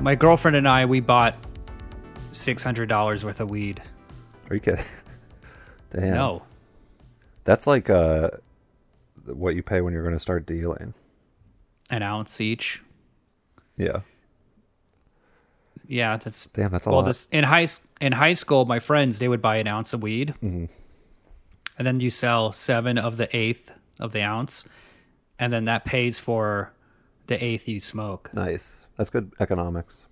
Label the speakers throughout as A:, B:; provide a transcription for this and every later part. A: My girlfriend and I, we bought six hundred dollars worth of weed.
B: Are you kidding? Damn.
A: No,
B: That's like uh, what you pay when you're going to start dealing.
A: an ounce each.
B: Yeah.
A: Yeah, that's
B: Damn, that's a
A: well.
B: lot.
A: This in high s- in high school, my friends they would buy an ounce of weed,
B: Mm-hmm.
A: and then you sell seven of the eighth of the ounce, and then that pays for the eighth you smoke.
B: Nice. That's good economics.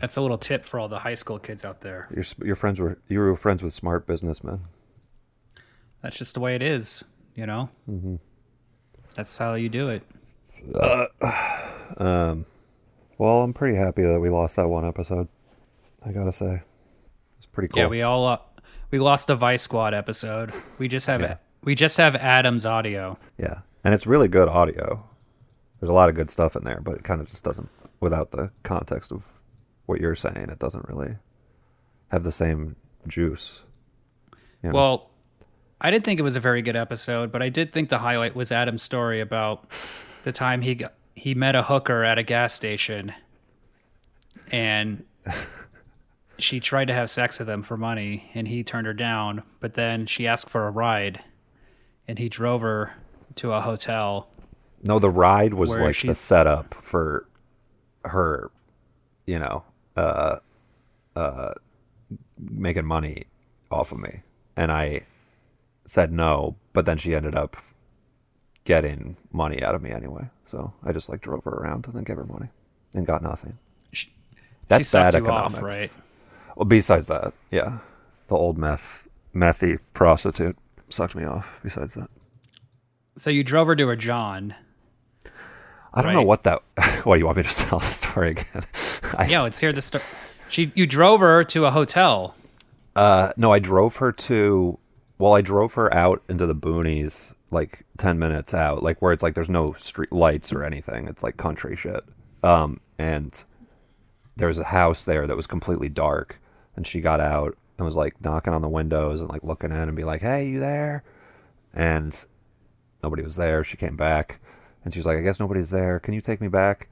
A: That's a little tip for all the high school kids out there.
B: Your s- your friends were you were friends with smart businessmen.
A: That's just the way it is, you know. Mm-hmm. That's how you do it.
B: Well, I'm pretty happy that we lost that one episode. I gotta say, it's pretty cool.
A: Yeah, we all uh, we lost the Vice Squad episode. We just have we just have Adam's audio.
B: Yeah. and it's really good audio. There's a lot of good stuff in there, but it kind of just doesn't without the context of what you're saying. It doesn't really have the same juice. you know?
A: Well, I didn't think it was a very good episode, but I did think the highlight was Adam's story about the time he got, he met a hooker at a gas station, and she tried to have sex with him for money, and he turned her down. But then she asked for a ride, and he drove her to a hotel.
B: no, the ride was
A: where
B: like the
A: she's-
B: setup for her, you know, uh, uh, making money off of me, and I said no, but then she ended up getting money out of me anyway. So I just like drove her around and then gave her money and got nothing.
A: She,
B: That's
A: she
B: bad
A: sucked you off,
B: economics.
A: right?
B: Well, besides that, yeah, the old meth methy prostitute sucked me off. Besides that,
A: So you drove her to a John.
B: I don't know
A: Right.
B: what that. what you want me to just tell the story again? I,
A: Yeah, let's hear the story. She you drove her to a hotel.
B: uh, no, I drove her to. Well, I drove her out into the boonies, like ten minutes out, like where it's like there's no street lights or anything. It's like country shit. Um, and there was a house there that was completely dark, and she got out and was like knocking on the windows and like looking in and be like, "Hey, you there?" and nobody was there. She came back, and she was like, "I guess nobody's there. Can you take me back?"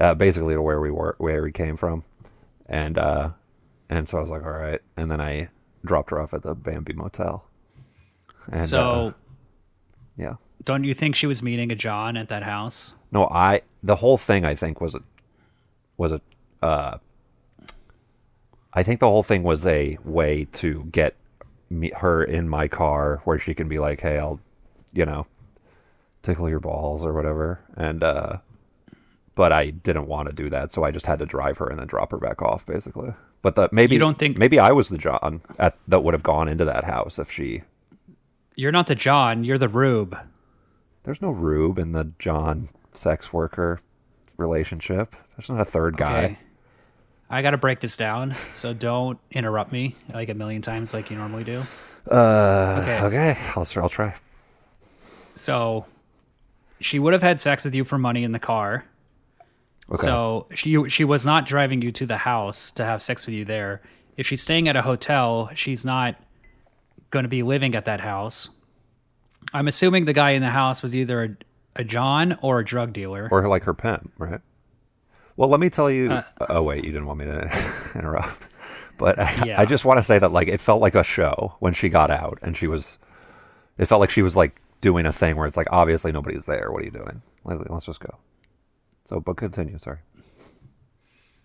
B: Uh, basically, to where we were, where we came from, and uh, and so I was like, "All right." And then I dropped her off at the Bambi Motel. And,
A: so
B: uh, yeah,
A: Don't you think she was meeting a John at that house?
B: no, I the whole thing I think was a was a uh, I think the whole thing was a way to get me, her in my car where she can be like, "Hey, I'll, you know, tickle your balls or whatever." And uh but I didn't want to do that, so I just had to drive her and then drop her back off basically. But the maybe
A: You don't think-
B: maybe I was the John at that would have gone into that house if she
A: You're not the John, you're the Rube.
B: There's no Rube in the John sex worker relationship. There's not a third guy.
A: I got to break this down, so don't interrupt me like a million times like you normally do.
B: Uh,
A: Okay.
B: okay. I'll, I'll try.
A: So she would have had sex with you for money in the car.
B: Okay.
A: So she she was not driving you to the house to have sex with you there. If she's staying at a hotel, she's not going to be living at that house. I'm assuming the guy in the house was either a, a John or a drug dealer.
B: or like her pimp, right? Well, let me tell you.
A: Uh,
B: oh wait, you didn't want me to interrupt, but I,
A: Yeah.
B: I just want to say that like it felt like a show when she got out, and she was. It felt like she was like doing a thing where it's like obviously nobody's there. What are you doing? Like, let's just go. So, but continue. Sorry, I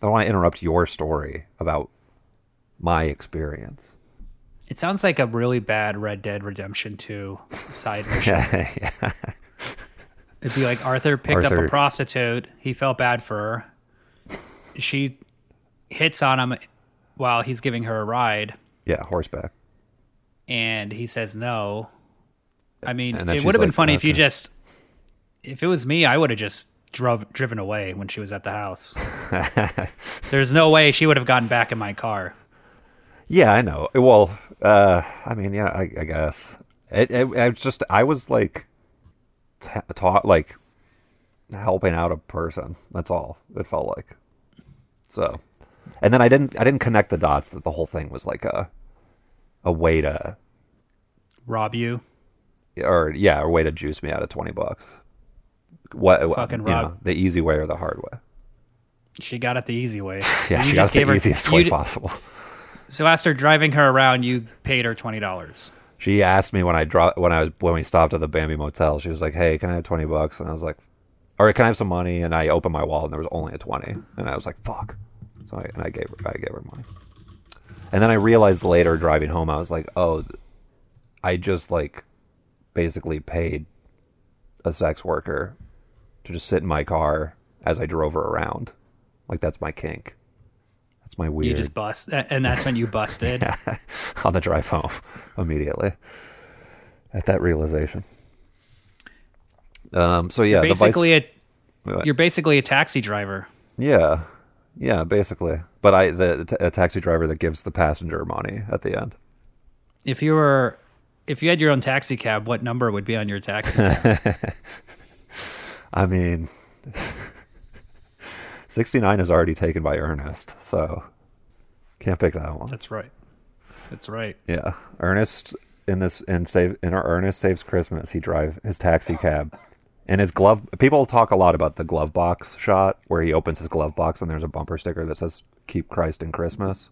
B: don't want to interrupt your story about my experience.
A: It sounds like a really bad Red Dead Redemption 2 side mission.
B: yeah.
A: It'd be like Arthur picked up
B: Arthur-
A: a prostitute. He felt bad for her. She hits on him while he's giving her a ride,
B: Yeah, horseback.
A: and he says no. I mean,
B: And then
A: it
B: she's
A: would have been
B: like,
A: funny if you
B: okay.
A: just, if it was me, I would have just drove driven away when she was at the house. There's no way she would have gotten back in my car.
B: Yeah, I know. Well, uh, I mean, yeah, I, I guess. It, it, I was just, I was like, ta taught like helping out a person. That's all it felt like. So, and then I didn't, I didn't connect the dots that the whole thing was like a, a way to,
A: Rob you,
B: or yeah, a way to juice me out of twenty bucks. What
A: Fucking
B: you
A: rob-
B: know, the easy way or the hard way?
A: She got it the easy way. So
B: Yeah,
A: you
B: she got
A: just
B: it the
A: gave her-
B: easiest
A: you
B: way
A: d-
B: possible.
A: So after driving her around, you paid her twenty dollars.
B: She asked me when I dropped when I was when we stopped at the Bambi Motel. She was like, "Hey, can I have twenty bucks?" And I was like, "All right, can I have some money?" And I opened my wallet, and there was only a twenty. And I was like, "Fuck!" So I, and I gave her I gave her money. And then I realized later driving home, I was like, "Oh, th- I just like basically paid a sex worker to just sit in my car as I drove her around. Like that's my kink. That's my weird."
A: You just bust, a- and that's when you busted.
B: on the drive home immediately at that realization. Um, so yeah,
A: basically,
B: the
A: a, you're basically a taxi driver.
B: vice, yeah, yeah, basically. But I, the t- a taxi driver that gives the passenger money at the end.
A: If you were, if you had your own taxi cab, what number would be on your taxi? cab?
B: I mean, sixty nine is already taken by Ernest, so can't pick that one.
A: that's right. That's right.
B: Yeah, Ernest in this in save in our Ernest saves Christmas. He drive his taxi cab and his glove. People talk a lot about the glove box shot where he opens his glove box and there's a bumper sticker that says "Keep Christ in Christmas."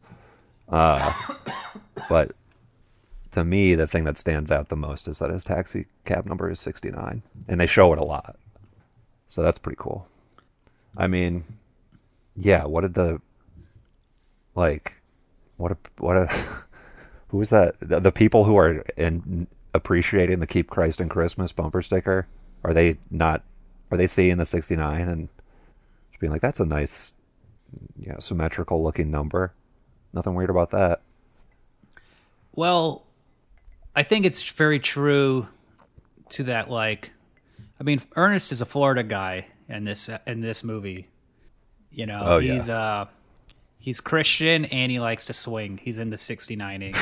B: Uh, but to me, the thing that stands out the most is that his taxi cab number is sixty nine, and they show it a lot. So that's pretty cool. I mean, yeah. What did the like? What a what a who was that? The, the people who are in appreciating the "Keep Christ in Christmas" bumper sticker are they not? Are they seeing the '69 and just being like, "That's a nice, you know, symmetrical looking number. Nothing weird about that."
A: Well, I think it's very true to that. Like, I mean, Ernest is a Florida guy in this in this movie. You know,
B: Oh, yeah.
A: he's uh, he's Christian and he likes to swing. He's in the '69ing.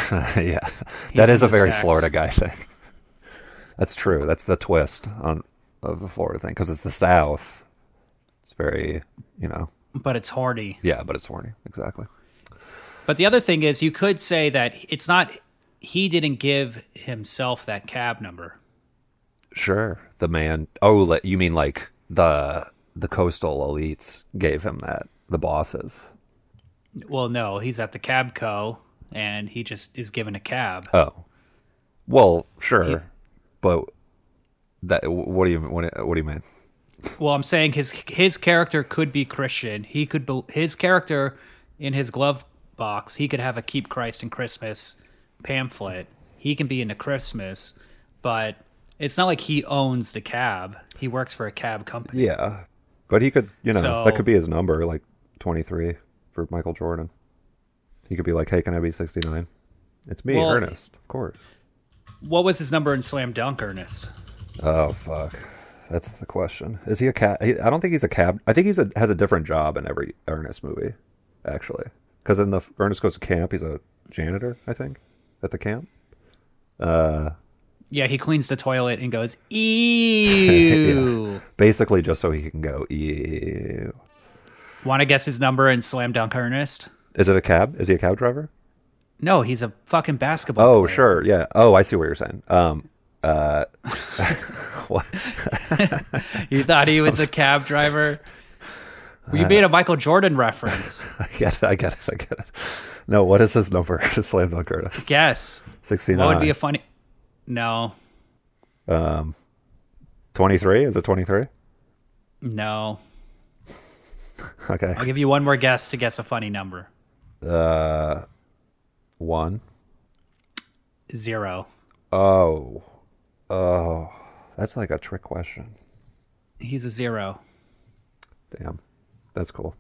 B: yeah, that is a
A: the
B: very
A: sax.
B: Florida guy thing. That's true. That's the twist on of the Florida thing because it's the South. It's very, you know,
A: but it's horny.
B: yeah, but it's horny. Exactly.
A: But the other thing is, you could say that it's not he didn't give himself that cab number.
B: Sure. The man. Oh, li- you mean like the the coastal elites gave him that the bosses.
A: Well, no, he's at the cab co, and he just is given a cab.
B: Oh. Well, sure. But that what do you what, what do you mean?
A: Well, I'm saying his his character could be Christian. He could be, his character in his glove box. He could have a "Keep Christ in Christmas" pamphlet. He can be into Christmas, but it's not like he owns the cab. He works for a cab company.
B: Yeah. But he could, you know,
A: So-
B: that could be his number like 23 for Michael Jordan. He could be like, "Hey, can I be 69?" It's me,
A: Well-
B: Ernest. Of course.
A: What was his number in Slam Dunk, Ernest?
B: Oh fuck. That's the question. Is he a cab? He, I don't think he's a cab. I think he's a has a different job in every Ernest movie, actually. Because in the f- Ernest goes to camp, he's a janitor. I think at the camp.
A: Yeah, he cleans the toilet and goes, "Ew."
B: Basically, just so he can go. Ew.
A: Want to guess his number in Slam Dunk, Ernest?
B: Is it a cab? Is he a cab driver?
A: No, he's a fucking basketball.
B: Oh,
A: player.
B: sure. Yeah. Oh, I see what you're saying. Um. Uh. what?
A: You thought he was a cab driver? We made a Michael Jordan reference.
B: I get it. I get it. I get it. No. What is his number? Slam dunk Ernest.
A: Guess.
B: Sixty
A: What would be
B: nine.
A: a funny? No,
B: Twenty three. Is it twenty three?
A: no.
B: Okay.
A: I'll give you one more guess to guess a funny number.
B: Uh, One.
A: Zero.
B: Oh, oh, that's like a trick question.
A: He's a zero.
B: Damn, that's cool.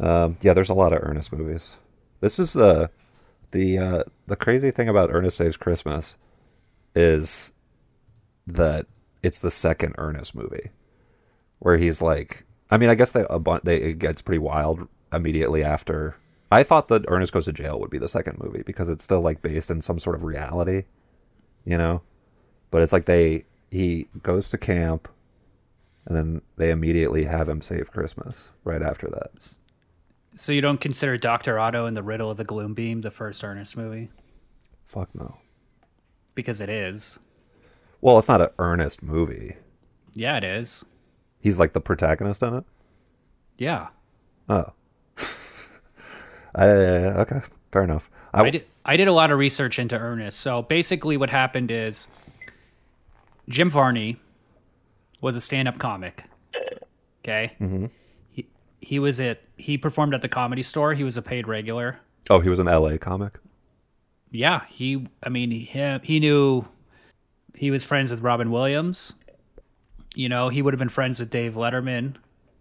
B: Um, yeah, there's a lot of Ernest movies. This is the the uh, the crazy thing about Ernest Saves Christmas is that it's the second Ernest movie where he's like, I mean, I guess they a bun- they it gets pretty wild immediately after. I thought that Ernest Goes to Jail would be the second movie because it's still like based in some sort of reality, you know. But it's like they he goes to camp and then they immediately have him save Christmas right after that.
A: So you don't consider Doctor Otto and the Riddle of the Gloom Beam the first Ernest movie
B: Fuck no.
A: because it is.
B: Well, it's not an earnest movie.
A: Yeah, it is.
B: He's like the protagonist in it.
A: Yeah.
B: Oh. I, okay, fair enough. I,
A: I did, I did a lot of research into Ernest. So basically, what happened is Jim Varney was a stand up comic. Okay. He, he was at, he performed at the comedy store. He was a paid regular.
B: oh, he was an LA comic.
A: Yeah. He, I mean, he, he knew he was friends with Robin Williams. You know, he would have been friends with Dave Letterman.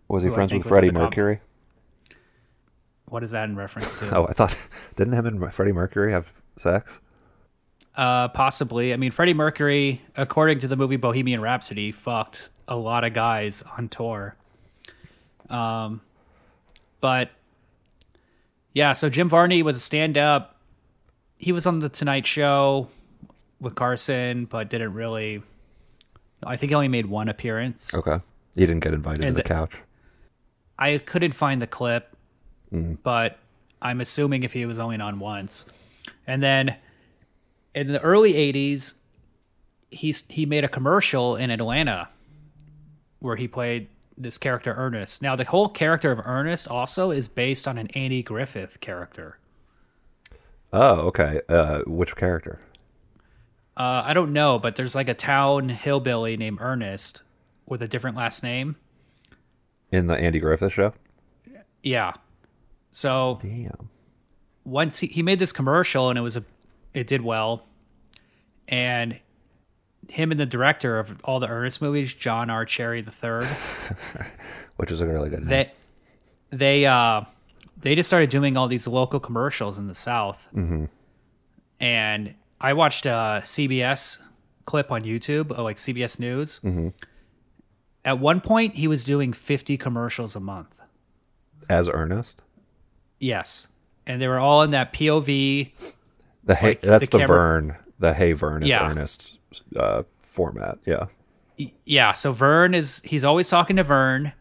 B: Was he
A: I
B: friends
A: think
B: with
A: was at
B: Freddie
A: the com-
B: Mercury?
A: What is that in reference to?
B: Oh, I thought didn't him and Freddie Mercury have sex?
A: Uh, possibly. I mean, Freddie Mercury, according to the movie Bohemian Rhapsody, fucked a lot of guys on tour. Um, but yeah, so Jim Varney was a stand-up. He was on the Tonight Show with Carson, but didn't really. I think he only made one appearance.
B: Okay, he didn't get invited
A: And
B: to the
A: the-
B: couch.
A: I couldn't find the clip, but I'm assuming if he was only on once. And then in the early 80s, he's, he made a commercial in Atlanta where he played this character, Ernest. Now, the whole character of Ernest also is based on an Andy Griffith character.
B: Oh, okay. Uh, which character?
A: Uh, I don't know, but there's like a town hillbilly named Ernest with a different last name.
B: In the Andy Griffith show?
A: Yeah. So
B: Damn.
A: once he, he made this commercial and it was a it did well and him and the director of all the Ernest movies, John R. Cherry the third,
B: Which is a really good name.
A: they they uh they just started doing all these local commercials in the South. Mm-hmm. And I watched uh, a CBS clip on YouTube, uh, like CBS News. At one point, he was doing 50 commercials a month.
B: As Ernest?
A: Yes. And they were all in that POV
B: The hey,
A: Like,
B: that's
A: the
B: the,
A: camera-
B: Vern. The Hey Vern is
A: Yeah.
B: Ernest uh, format. Yeah.
A: yeah so vern is he's always talking to vern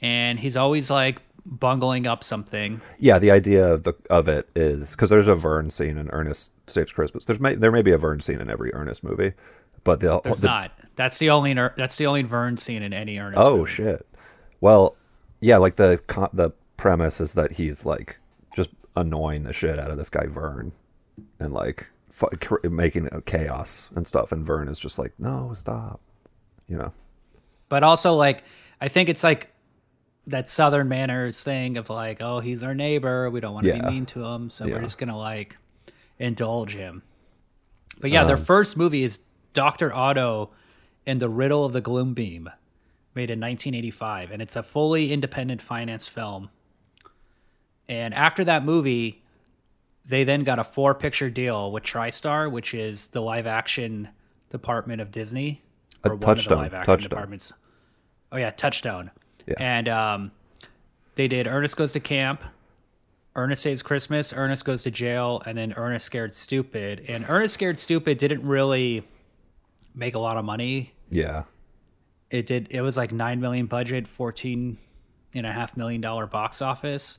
A: and he's always like bungling up something
B: Yeah, the idea of the of it is because there's a Vern scene in Ernest Saves Christmas. There's may, there may be a Vern scene in every Ernest movie, but the,
A: there's
B: the
A: not that's the only Ner- that's the only vern scene in any ernest
B: oh
A: movie.
B: shit. Well, yeah, like the co- the premise is that he's like just annoying the shit out of this guy Vern, and like fu- cr- making a chaos and stuff. And Vern is just like, no, stop, you know.
A: but also like i think it's like that southern manners thing of like oh he's our neighbor we don't want to
B: Yeah.
A: be mean to him so
B: Yeah.
A: we're just gonna like indulge him but yeah
B: Um,
A: their first movie is dr otto and the riddle of the gloom beam made in 1985 and it's a fully independent finance film and after that movie they then got a four picture deal with tristar which is the live action department of disney
B: Uh,
A: or
B: Touchstone, Touchstone.
A: departments oh yeah touchstone
B: Yeah.
A: and um, they did ernest goes to camp ernest saves christmas ernest goes to jail and then ernest scared stupid and ernest scared stupid didn't really make a lot of money
B: Yeah,
A: it did it was like 9 million budget 14 and a half million dollar box office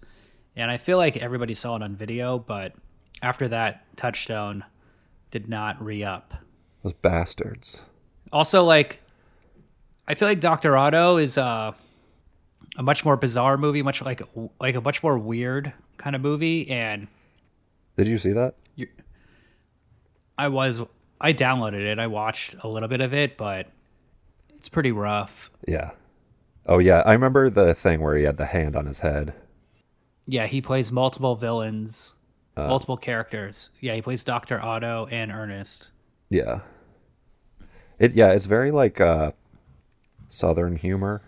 A: and i feel like everybody saw it on video but after that touchstone did not re-up
B: those bastards.
A: also like i feel like dr otto is uh, a much more bizarre movie much like like a much more weird kind of movie and
B: Did you see that?
A: i was i downloaded it i watched a little bit of it but it's pretty rough
B: Yeah. Oh yeah, I remember the thing where he had the hand on his head.
A: Yeah, he plays multiple villains,
B: Uh.
A: multiple characters. Yeah, he plays Doctor Otto and Ernest.
B: Yeah. It yeah, it's very like uh southern humor.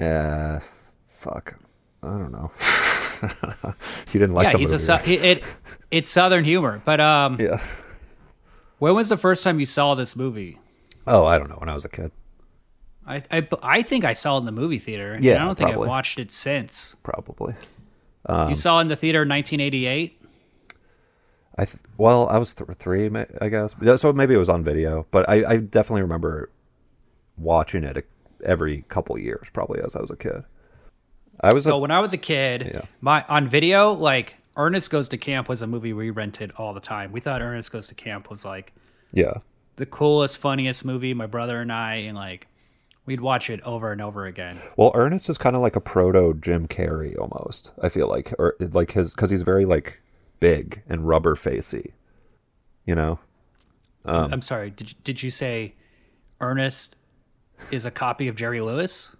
B: Um uh fuck. I don't know. you didn't like
A: yeah,
B: the
A: he's a
B: movie.
A: sou- he- it. It's Southern humor. But um,
B: yeah.
A: when was the first time you saw this movie?
B: Oh, I don't know, when I was a kid.
A: I I, I think I saw it in the movie theater. and
B: Yeah,
A: I don't think
B: probably. Um,
A: I've watched it since.
B: Probably.
A: you saw it in the theater in 1988.
B: I th- well, I was th- three, ma- I guess. Yeah, So maybe it was on video, but I, I definitely remember watching it a- every couple years, probably as I was a kid. I was
A: So
B: a,
A: when I was a kid,
B: Yeah.
A: my on video like Ernest Goes to Camp was a movie we rented all the time. We thought Ernest Goes to Camp was like
B: yeah,
A: the coolest, funniest movie. My brother and I, and like We'd watch it over and over again.
B: Well, Ernest is kind of like a proto Jim Carrey almost. I feel like, or like his because he's very like big and rubber facey. You know,
A: I'm sorry. Did you- did you say Ernest is a copy of Jerry Lewis?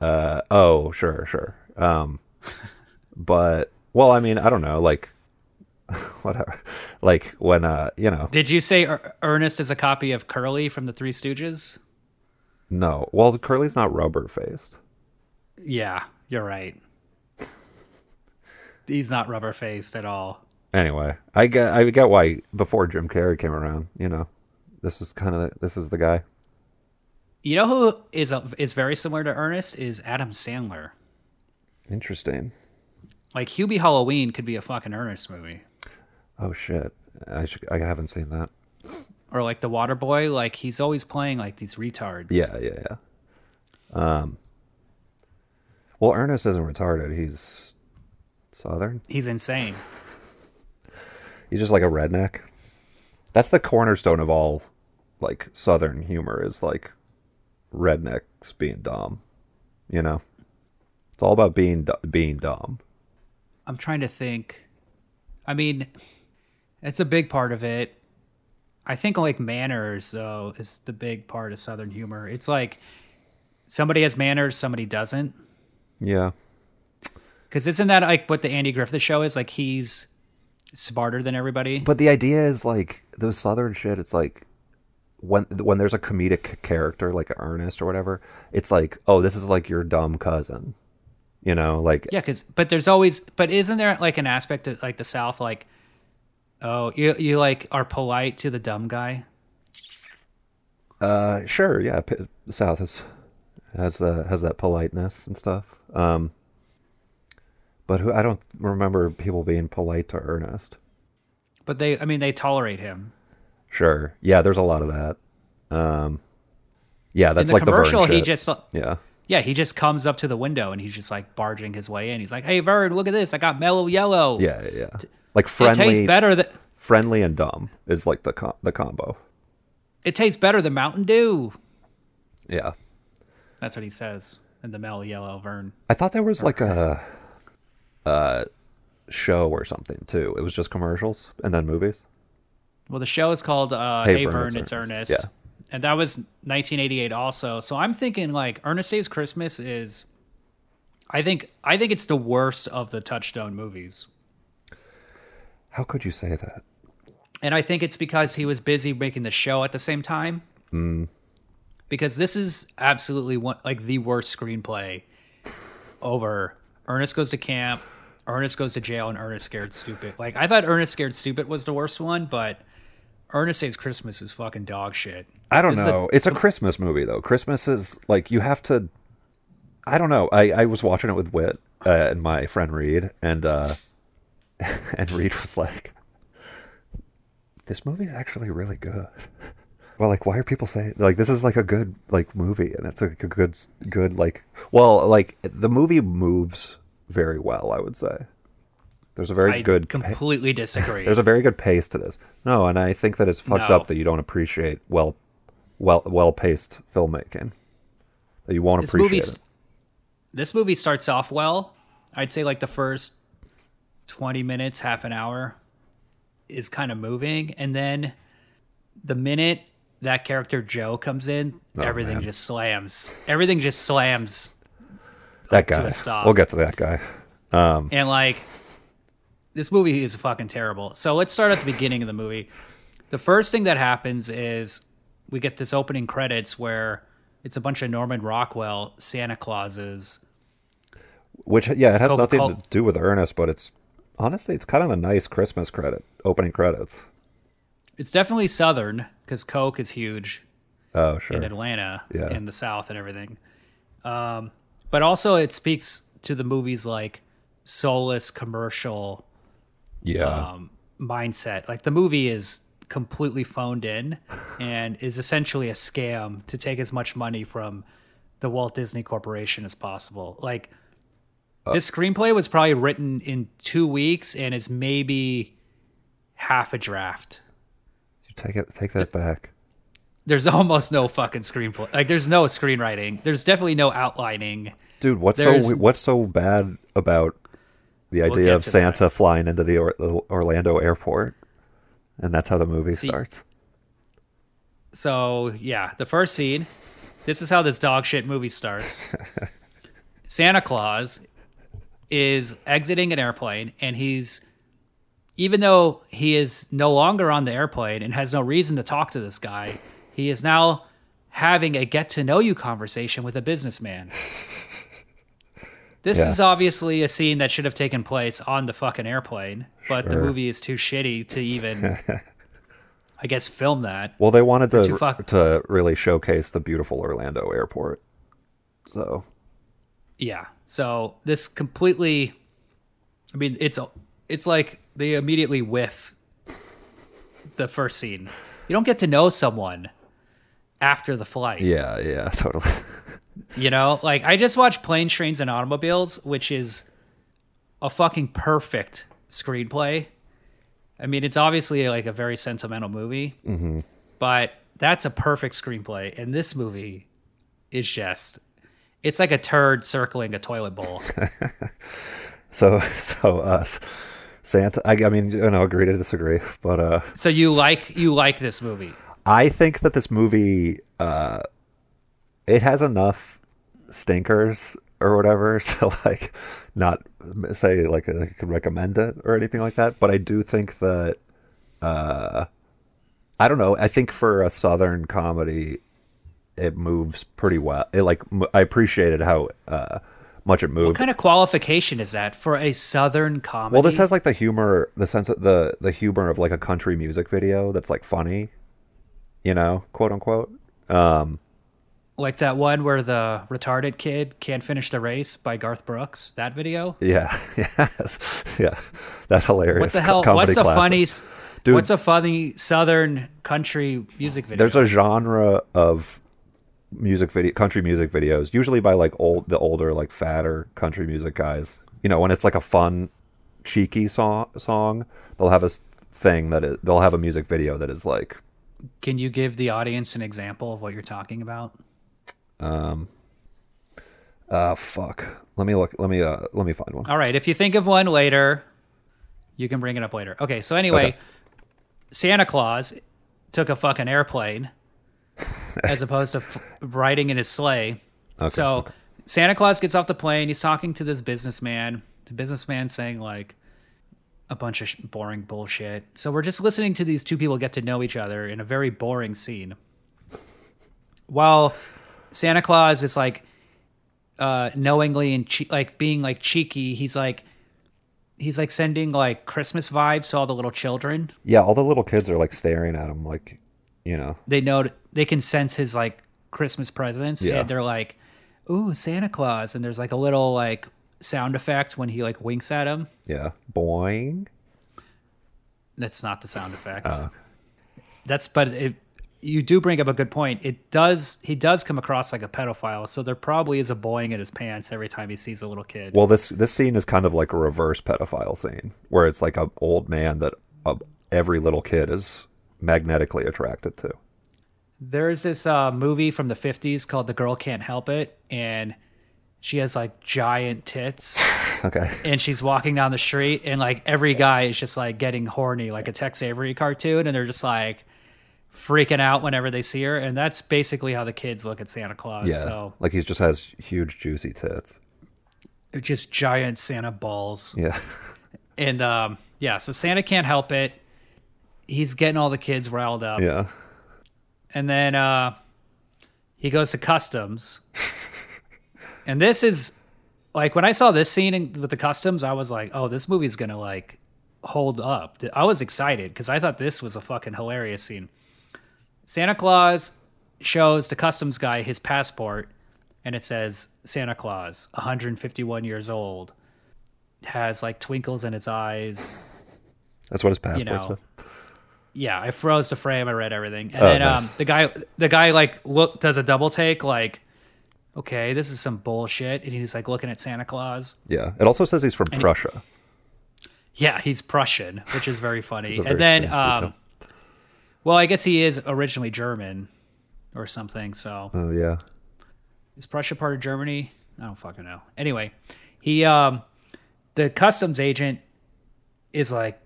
B: Oh, sure, sure. Um, but well, I mean, I don't know, like whatever. Like when uh, you know,
A: Did you say er- Ernest is a copy of Curly from the Three Stooges?
B: no. Well, Curly's not rubber faced.
A: Yeah, you're right. He's not rubber faced at all.
B: Anyway, I get I get why before Jim Carrey came around, you know, this is kind of this is the guy.
A: You know who is a, is very similar to Ernest is Adam Sandler.
B: Interesting.
A: Like Hubie Halloween could be a fucking Ernest movie,
B: Oh shit, I should I haven't seen that.
A: or like The Water Boy. Like he's always playing like these retards.
B: Yeah, yeah, yeah. Um. Well, Ernest isn't retarded. He's southern.
A: he's insane.
B: He's just like a redneck. That's the cornerstone of all like southern humor is like rednecks being dumb. You know, it's all about being du- being dumb.
A: I'm trying to think. I mean, it's a big part of it. I think like manners though is the big part of Southern humor. It's like somebody has manners, somebody doesn't.
B: Yeah,
A: Because isn't that like what the Andy Griffith show is? Like he's smarter than everybody.
B: but the idea is like those southern shit. It's like when when there's a comedic character like Ernest or whatever, it's like oh this is like your dumb cousin. You know, like
A: Yeah, because but there's always but isn't there like an aspect of like the South like oh you you like are polite to the dumb guy?
B: Uh, sure, yeah. P- the South has has uh, has that politeness and stuff. Um, but who I don't remember people being polite to Ernest.
A: But they I mean they tolerate him.
B: Sure, yeah. There's a lot of that. Um, yeah,
A: In
B: that's
A: the
B: like
A: commercial
B: the Vern
A: he
B: shit.
A: just
B: yeah.
A: Yeah, he just comes up to the window and he's just like barging his way in. He's like, "Hey, Vern, look at this! I got mellow yellow.
B: yeah, yeah, yeah. Like
A: it tastes
B: friendly,
A: better than
B: friendly and dumb is like the com- the combo.
A: it tastes better than Mountain Dew."
B: Yeah,
A: That's what he says in the mellow yellow Vern.
B: I thought there was like a, a show or something too. It was just commercials and then movies.
A: Well, the show is called uh,
B: Hey,
A: "Hey,
B: Vern,
A: Vern,
B: it's
A: It's,
B: Ernest.
A: Ernest,"
B: Yeah.
A: and that was 1988 also. So I'm thinking like Ernest Saves Christmas is, I think I think it's the worst of the Touchstone movies.
B: How could you say that?
A: and I think it's because he was busy making the show at the same time.
B: Mm.
A: Because this is absolutely one like the worst screenplay over. Ernest goes to camp, Ernest goes to jail, and Ernest scared stupid. Like I thought Ernest scared stupid was the worst one, but Ernest Saves Christmas is fucking dog shit.
B: I don't
A: It's a-
B: know. it's a Christmas movie though. Christmas is like you have to. I don't know. I, I was watching it with Wit uh, and my friend Reed, and uh, and Reed was like, "This movie's actually really good." Well, like, why are people saying like this is like a good like movie, and it's like a good good like well like the movie moves very well. I would say there's a very
A: I
B: good pa-
A: completely disagree.
B: there's a very good pace to this. No, and I think that it's fucked
A: No.
B: up that you don't appreciate well, well, well paced filmmaking. That you won't
A: this movie
B: appreciate it.
A: this movie starts off well i'd say like the first 20 minutes half an hour is kind of moving and then the minute that character joe comes in everything
B: Oh, man.
A: just slams everything just slams
B: That
A: to a
B: guy.
A: stop.
B: We'll get to that guy.
A: and like this movie is fucking terrible so let's start at the beginning of the movie the first thing that happens is we get this opening credits where it's a bunch of norman rockwell santa clauses
B: Which yeah, it has nothing
A: Coca-Cola.
B: to do with Ernest, but it's honestly it's kind of a nice Christmas credit opening credits.
A: It's definitely southern because Coke is huge
B: Oh sure.
A: in Atlanta
B: Yeah.
A: and the South and everything. Um, but also, it speaks to the movie's like soulless commercial
B: yeah.
A: um, mindset. Like the movie is completely phoned in and is essentially a scam to take as much money from the Walt Disney Corporation as possible. Like this screenplay was probably written in two weeks and is maybe half a draft.
B: You take it. Take that back.
A: there's almost no fucking screenplay. Like there's no screenwriting. There's definitely no outlining.
B: Dude, what's so
A: There's-
B: what's so bad about the idea
A: get
B: of
A: to that.
B: Santa flying into the, or- the Orlando airport, and that's how the movie
A: See-
B: starts.
A: So yeah, the first scene. This is how this dog shit movie starts. Santa Claus is exiting an airplane, and he's even though he is no longer on the airplane and has no reason to talk to this guy, he is now having a get to know you conversation with a businessman. This
B: Yeah.
A: is obviously a scene that should have taken place on the fucking airplane, but the
B: Sure.
A: movie is too shitty to even, I guess, film that.
B: Well, they wanted
A: too
B: to
A: fuck-
B: to really showcase the beautiful Orlando airport, so
A: Yeah. So this completely I mean it's it's like they immediately whiff the first scene. You don't get to know someone after the flight.
B: yeah, yeah, totally.
A: You know, like I just watched Planes, Trains and Automobiles, which is a fucking perfect screenplay. I mean, it's obviously like a very sentimental movie, but that's a perfect screenplay. And this movie is just, it's like a turd circling a toilet bowl.
B: So so us Santa. I, I mean, you know, agree to disagree, but uh,
A: So you like you like this movie?
B: I think that this movie uh it has enough stinkers or whatever to like not say like I could recommend it or anything like that, but I do think that uh I don't know, I think for a southern comedy it moves pretty well. It like m- I appreciated how uh much it moved.
A: What kind of qualification is that for a southern comedy?
B: well, this has like the humor, the sense of the the humor of like a country music video that's like funny, you know, quote unquote.
A: like that one where the retarded kid can't finish the race by Garth Brooks. That video.
B: Yeah, yes, yeah. That's hilarious.
A: What the
B: co-
A: hell?
B: comedy
A: What's a
B: classic.
A: funny?
B: Dude.
A: What's a funny southern country music video?
B: There's a genre of music video, country music videos, usually by like old, the older, like fatter country music guys. You know, when it's like a fun, cheeky song, song they'll have a s- thing that is, they'll have a music video that is like,
A: Can you give the audience an example of what you're talking about?
B: uh, fuck. Let me look. Let me uh, let me find one.
A: All right, if you think of one later, you can bring it up later. Okay, so anyway,
B: Okay.
A: Santa Claus took a fucking airplane as opposed to f- riding in his sleigh. so Santa Claus gets off the plane. He's talking to this businessman. The businessman saying like a bunch of sh- boring bullshit. So we're just listening to these two people get to know each other in a very boring scene. While Santa Claus is like uh knowingly and che- like being like cheeky, he's like he's like sending like Christmas vibes to all the little children.
B: Yeah, all the little kids are like staring at him, like, you know.
A: They know they can sense his like Christmas presence
B: Yeah.
A: and they're like, "Ooh, Santa Claus." And there's like a little like sound effect when he like winks at him.
B: Yeah, boing.
A: That's not the sound effect. That's but it, you do bring up a good point. It does he does come across like a pedophile, so there probably is a boying in his pants every time he sees a little kid.
B: Well, this this scene is kind of like a reverse pedophile scene, where it's like an old man that uh, every little kid is magnetically attracted to.
A: There's this uh, movie from the 50s called The Girl Can't Help It, and she has like giant tits,
B: Okay.
A: and she's walking down the street, and like every guy is just like getting horny, like a Tex Avery cartoon, and they're just like freaking out whenever they see her. And that's basically how the kids look at Santa Claus.
B: Yeah.
A: So
B: Like he just has huge juicy tits.
A: just giant Santa balls.
B: Yeah.
A: And um, yeah, so Santa can't help it. He's getting all the kids riled up.
B: Yeah.
A: and then uh, he goes to customs. and this is like when I saw this scene in, with the customs, I was like, "Oh, this movie's gonna like hold up." I was excited because I thought this was a fucking hilarious scene. Santa Claus shows the customs guy his passport, and it says Santa Claus, 151 years old, has like twinkles in his eyes.
B: That's what his passport
A: know.
B: says.
A: Yeah, I froze the frame. I read everything, and
B: Oh,
A: then
B: nice.
A: um, the guy, the guy, like look does a double take, like, okay, this is some bullshit, and he's like looking at Santa Claus.
B: Yeah. It also says he's from Prussia.
A: Yeah, he's Prussian, which is very funny.
B: a
A: and
B: very
A: then,
B: strange
A: um,
B: detail.
A: well, I guess he is originally German, or something. So
B: Oh yeah.
A: is Prussia part of Germany? I don't fucking know. Anyway, he um the customs agent is like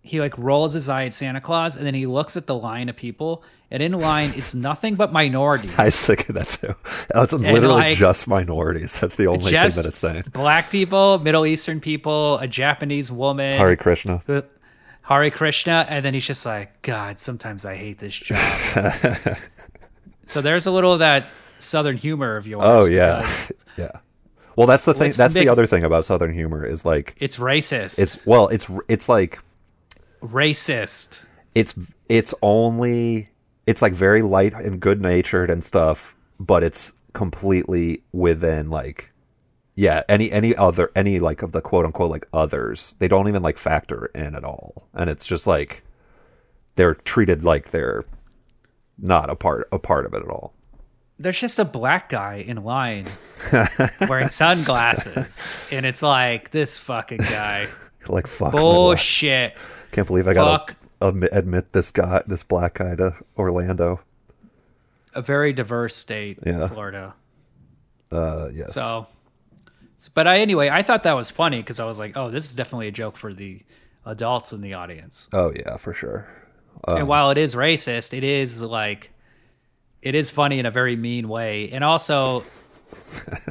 A: he like rolls his eye at Santa Claus and then he looks at the line of people and in line it's nothing but minorities.
B: I was thinking that too. Oh, It's literally
A: like-
B: just minorities. That's the only
A: Just
B: thing that it's saying.
A: black people, Middle Eastern people, a Japanese woman,
B: Hare Krishna.
A: Hare, Krishna, and then he's just like, God, sometimes I hate this job. so there's a little of that southern humor of yours.
B: Oh yeah, yeah. Well, that's the thing.
A: Let's
B: That's
A: make-
B: the other thing about Southern humor is like
A: It's racist.
B: it's well, it's it's like
A: racist.
B: it's it's only it's like very light and good natured and stuff, but it's completely within like yeah any any other any like of the quote unquote like others they don't even like factor in at all, and it's just like they're treated like they're not a part a part of it at all.
A: There's just a black guy in line wearing sunglasses, and it's like this fucking guy.
B: Like fuck, my life.
A: Bullshit.
B: can't believe I gotta
A: Fuck.
B: admit, admit this guy this black guy to Orlando.
A: A very diverse state,
B: Yeah.
A: Florida.
B: Uh, yes.
A: So, s- but I anyway, I thought that was funny because I was like, oh, this is definitely a joke for the adults in the audience.
B: Oh yeah, for sure. Uh.
A: and while it is racist, it is like, it is funny in a very mean way, and also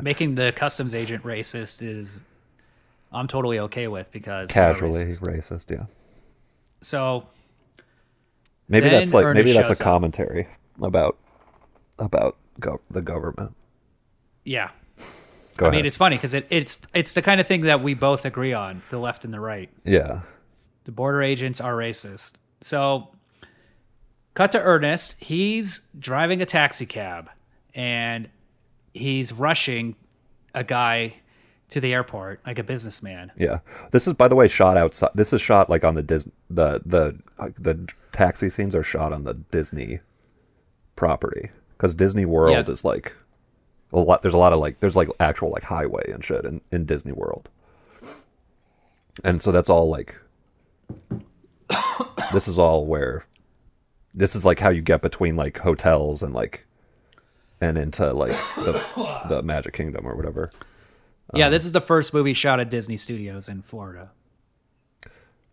A: making the customs agent racist is, I'm totally okay with because they're
B: Casually
A: racist.
B: racist. Yeah.
A: So
B: Maybe
A: Then
B: that's like maybe
A: Ernest
B: that's a
A: shows up.
B: commentary about about gov- the government.
A: yeah,
B: Go
A: I
B: ahead.
A: mean it's funny because it, it's it's the kind of thing that we both agree on, the left and the right.
B: yeah.
A: The border agents are racist. So, cut to Ernest. He's driving a taxi cab and he's rushing a guy to the airport, like a businessman.
B: Yeah. This is by the way shot outside. This is shot like on the Disney the the uh, the taxi scenes are shot on the Disney property cuz Disney World
A: Yeah.
B: is like a lot there's a lot of like there's like actual like highway and shit in, in Disney World. And so that's all like this is all where this is like how you get between like hotels and like and into like the the Magic Kingdom or whatever.
A: yeah, this is the first movie shot at Disney Studios in Florida.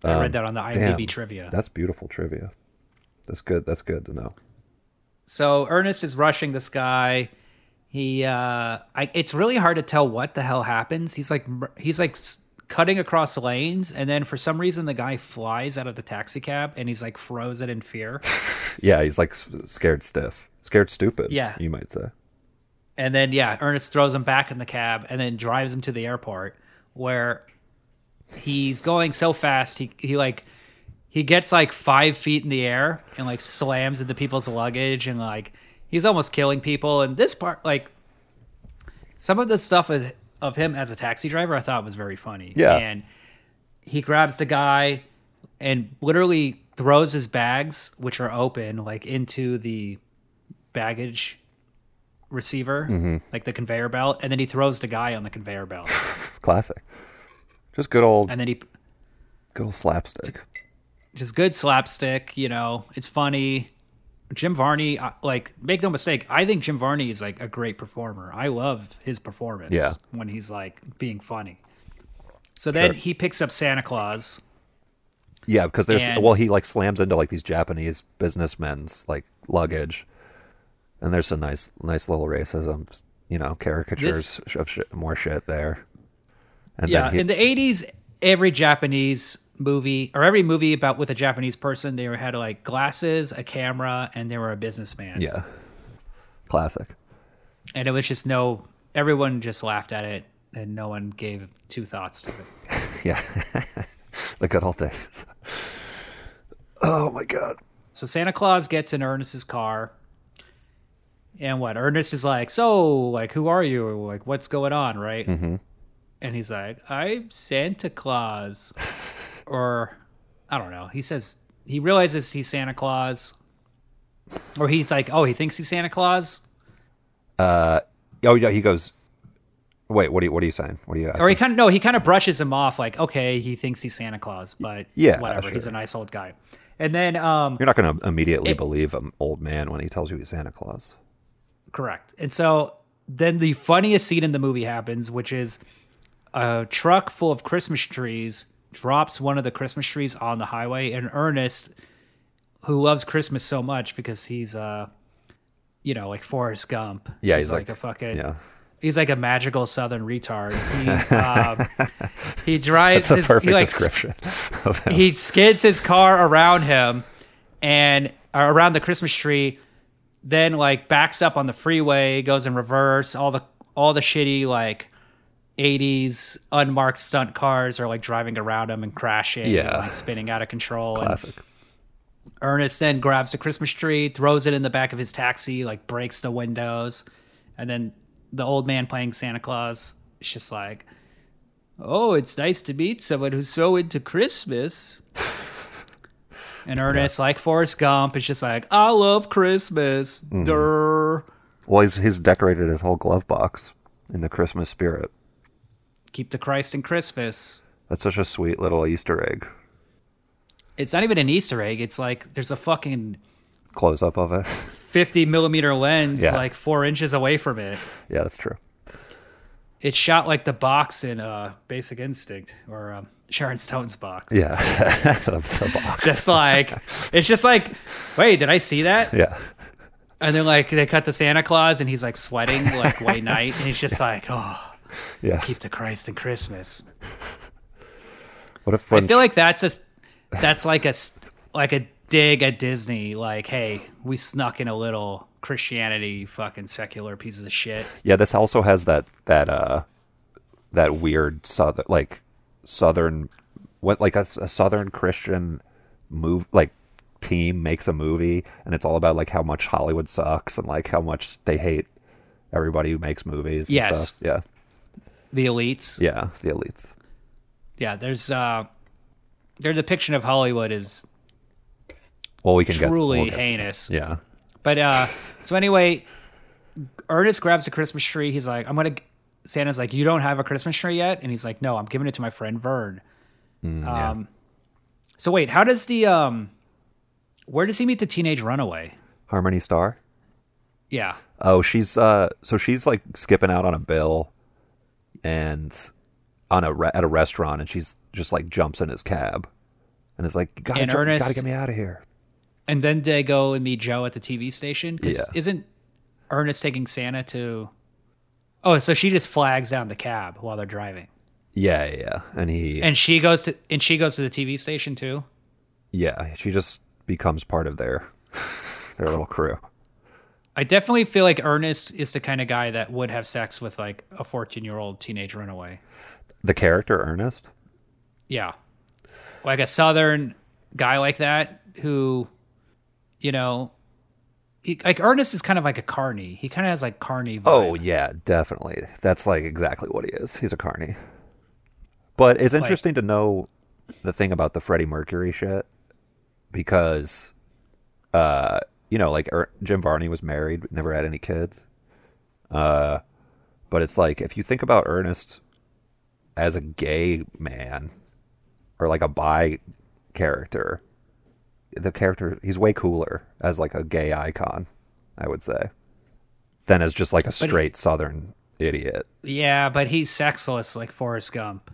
A: I read that on the IMDb
B: damn.
A: trivia.
B: That's beautiful trivia. That's good. That's good to know.
A: So Ernest is rushing this guy. He, uh, I, it's really hard to tell what the hell happens. He's like, mer- he's like s- cutting across lanes, and then for some reason the guy flies out of the taxi cab, and he's like frozen in fear.
B: Yeah, he's like s- scared stiff, scared stupid.
A: Yeah.
B: you might say.
A: and then yeah, Ernest throws him back in the cab, and then drives him to the airport where he's going so fast he he like he gets like five feet in the air and like slams into people's luggage and like he's almost killing people and this part like some of the stuff of, of him as a taxi driver i thought was very funny
B: Yeah.
A: and he grabs the guy and literally throws his bags which are open like into the baggage receiver
B: Mm-hmm.
A: like the conveyor belt and then he throws the guy on the conveyor belt
B: Classic. Just good old,
A: and then he
B: good old slapstick.
A: just good slapstick. You know, it's funny. Jim Varney, I- like, make no mistake, I think Jim Varney is like a great performer. I love his performance.
B: Yeah.
A: when he's like being funny. So then
B: Sure.
A: he picks up Santa Claus.
B: Yeah, because there's
A: And-
B: well, he like slams into like these Japanese businessmen's like luggage, and there's some nice, nice little racism, you know, caricatures of shit, more shit there. And
A: Yeah,
B: then he,
A: in the eighties, every Japanese movie or every movie about with a Japanese person, they had like glasses, a camera, and they were a businessman.
B: yeah, classic.
A: and it was just no. Everyone just laughed at it, and no one gave two thoughts to it.
B: Yeah, the good old days. Oh my god.
A: So Santa Claus gets in Ernest's car. And what? Ernest is like, So, like, who are you? Or, Like, what's going on, right? Mm-hmm. And he's like, I'm Santa Claus. or, I don't know. He says, he realizes he's Santa Claus. Or he's like, Oh, he thinks he's Santa Claus?
B: Oh yeah, he goes. Wait, what are you? What are you saying? What are you asking?
A: Or he kind of, no, he kind of brushes him off, like, Okay, he thinks he's Santa Claus, but
B: yeah,
A: whatever. He's
B: sure.
A: a nice old guy. And then, um,
B: You're not going to immediately believe an old man when he tells you he's Santa Claus.
A: Correct. And so then the funniest scene in the movie happens, which is a truck full of Christmas trees drops one of the Christmas trees on the highway, and Ernest, who loves Christmas so much because he's uh you know, like Forrest Gump.
B: Yeah, he's like-
A: a fucking
B: Yeah.
A: he's like a magical southern retard. He, um, he drives
B: It's a
A: his-
B: perfect
A: he, like,
B: description of him.
A: he skids his car around him and or around the Christmas tree, then like backs up on the freeway, goes in reverse. All the all the shitty like '80s unmarked stunt cars are like driving around him and crashing, and,
B: Yeah.
A: like, spinning out of control. And
B: Classic.
A: Ernest then grabs the Christmas tree, throws it in the back of his taxi, like breaks the windows, and then the old man playing Santa Claus is just like, "Oh, it's nice to meet someone who's so into Christmas." and Ernest, like Forrest Gump, is just like, "I love Christmas." Durr.
B: Well, he's he's decorated his whole glove box in the Christmas spirit.
A: Keep the Christ in Christmas.
B: That's such a sweet little Easter egg
A: It's not even an Easter egg. It's like there's a fucking
B: close up of it.
A: 50 millimeter lens,
B: Yeah.
A: like four inches away from it.
B: yeah, that's true.
A: It shot like the box in uh, Basic Instinct or um, Sharon Stone's box.
B: Yeah, the, the box.
A: Just like it's just like, wait, did I see that?
B: yeah,
A: And then like they cut the Santa Claus and he's like sweating like white night, and he's just like, oh,
B: yeah.
A: keep the Christ in Christmas.
B: What a fun.
A: I feel like that's a that's like a s- like a dig at Disney. Like, hey, we snuck in a little Christianity, fucking secular pieces of shit.
B: yeah, this also has that that uh that weird southern like southern what like a, s- a southern Christian move like team makes a movie and it's all about like how much Hollywood sucks and like how much they hate everybody who makes movies. And
A: Yes.
B: Stuff. Yeah.
A: The elites.
B: Yeah. The elites.
A: Yeah, there's uh their depiction of Hollywood is
B: Well, we can get
A: truly
B: we'll get to that.
A: heinous.
B: Yeah.
A: But uh so anyway, Ernest grabs the Christmas tree. He's like, I'm gonna Santa's like, You don't have a Christmas tree yet? And he's like, No, I'm giving it to my friend Vern.
B: Mm,
A: um so wait, how does the um where does he meet the teenage runaway?
B: Harmony Star.
A: Yeah.
B: Oh, she's uh, so she's like skipping out on a bill, and on a re- at a restaurant, and she's just like jumps in his cab, and is like, "You gotta,
A: In
B: dri- you
A: earnest.
B: gotta get me out of here.
A: And then they go and meet Joe at the TV station. 'Cause
B: Yeah.
A: Isn't Ernest taking Santa to Oh, so she just flags down the cab while they're driving.
B: Yeah, yeah, yeah. And he,
A: And she goes to and she goes to the TV station too.
B: yeah, she just becomes part of their their little crew.
A: I definitely feel like Ernest is the kind of guy that would have sex with like a 14-year-old teenage runaway.
B: The character Ernest.
A: Yeah. Like a southern guy like that who you know he, like Ernest is kind of like a carny. He kind of has like carny vibe.
B: Oh yeah, definitely. That's like exactly what he is. He's a carny. But it's interesting to know the thing about the Freddie Mercury shit because, uh, you know, like er, Jim Varney was married, but never had any kids. Uh, but it's like if you think about Ernest as a gay man or like a bi character, the character he's way cooler as like a gay icon, I would say, than as just like a straight Southern idiot.
A: Yeah, but he's sexless like Forrest Gump.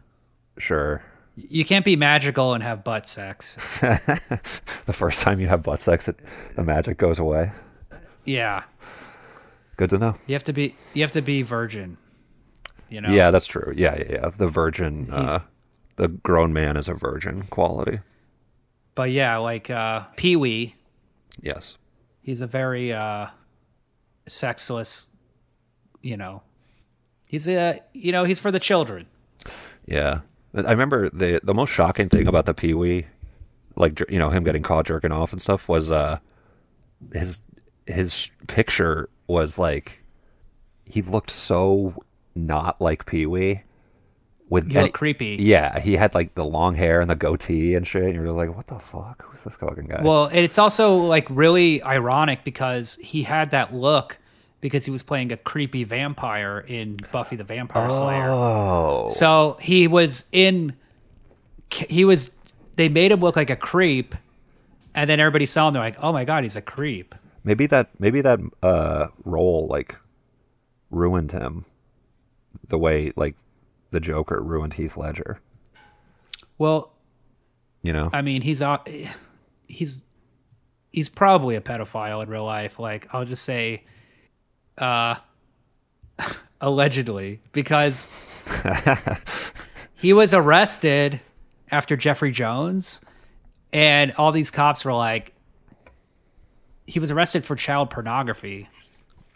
B: Sure.
A: You can't be magical and have butt sex.
B: The first time you have butt sex, it, the magic goes away.
A: Yeah.
B: Good to know.
A: You have to be you have to be virgin. You know.
B: Yeah, that's true. Yeah, yeah, yeah. The virgin, uh, the grown man is a virgin quality.
A: But yeah, like uh Pee-wee,
B: Yes.
A: he's a very uh sexless you know he's a you know he's for the children
B: Yeah. I remember the the most shocking thing about the Pee Wee, like jer- you know him getting caught jerking off and stuff, was uh his his picture was like he looked so not like Pee Wee with
A: he
B: and-
A: looked creepy
B: Yeah, he had like the long hair and the goatee and shit. And you were like, what the fuck? Who's this fucking guy?
A: well and it's also like really ironic because he had that look because he was playing a creepy vampire in buffy the vampire slayer
B: oh,
A: so he was in he was they made him look like a creep and then everybody saw him. They're like, "Oh my god, he's a creep."
B: Maybe that maybe that uh role like ruined him the way like the Joker ruined Heath Ledger,
A: Well,
B: you know?
A: I mean, he's au- he's he's probably a pedophile in real life. Like I'll just say, uh, allegedly, because he was arrested after Jeffrey Jones, and all these cops were like, he was arrested for child pornography.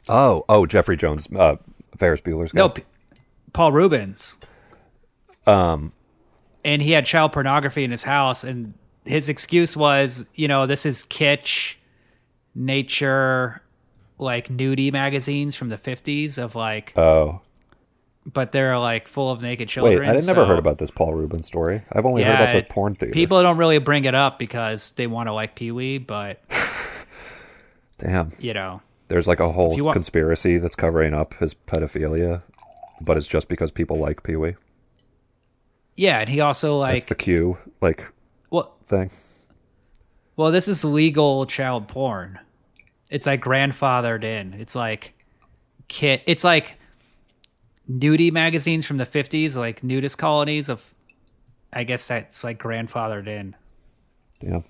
B: oh, oh, Jeffrey Jones uh Ferris Bueller's guy.
A: No, P- Paul Rubens. Um, and he had child pornography in his house, and his excuse was, you know, this is kitsch, nature, like nudie magazines from the fifties of like,
B: Oh.
A: but they're like full of naked children.
B: Wait, I didn't never
A: so-
B: heard about this Paul Rubin story. I've only heard about
A: it-
B: the porn theater.
A: People don't really bring it up because they want to like Pee Wee, but
B: Damn.
A: you know,
B: There's like a whole
A: you want-
B: conspiracy that's covering up his pedophilia, but it's just because people like Pee Wee.
A: yeah. And he also like,
B: That's the Q like
A: well,
B: thing.
A: Well, this is legal child porn. It's like grandfathered in. It's like kid. It's like nudie magazines from the fifties, like nudist colonies of. I guess that's like grandfathered in,
B: Yeah.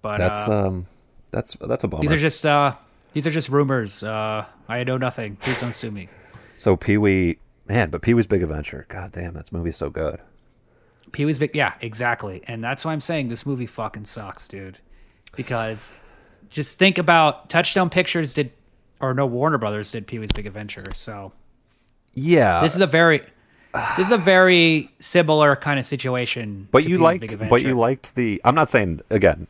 A: but
B: That's
A: uh,
B: um that's that's a bummer.
A: these are just uh, these are just rumors. Uh, I know nothing. Please don't sue me.
B: so Pee Wee man, but Pee Wee's Big Adventure. God damn, that movie's so good.
A: Pee Wee's Big, yeah, exactly, and that's why I'm saying this movie fucking sucks, dude. Because just think about Touchstone Pictures did, or no, Warner Brothers did Pee Wee's Big Adventure, so
B: Yeah.
A: this is a very this is a very similar kind of situation
B: But
A: to Pee Wee's
B: you
A: Big
B: liked, but
A: Adventure.
B: you liked the. I'm not saying again.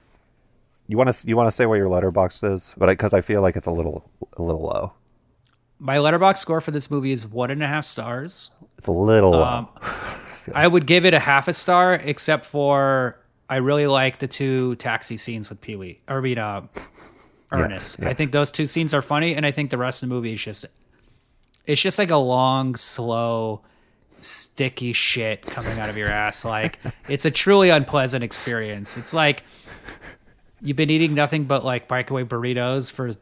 B: You want to you want to say what your letterbox is, but because I, feel like it's a little a little low.
A: my letterbox score for this movie is one and a half stars
B: It's a little
A: Um,
B: low.
A: i would give it a half a star except for i really like the two taxi scenes with pee-wee or i mean uh, ernest i think those two scenes are funny and i think the rest of the movie is just it's just like a long slow sticky shit coming out of your ass like it's a truly unpleasant experience it's like you've been eating nothing but like microwave burritos for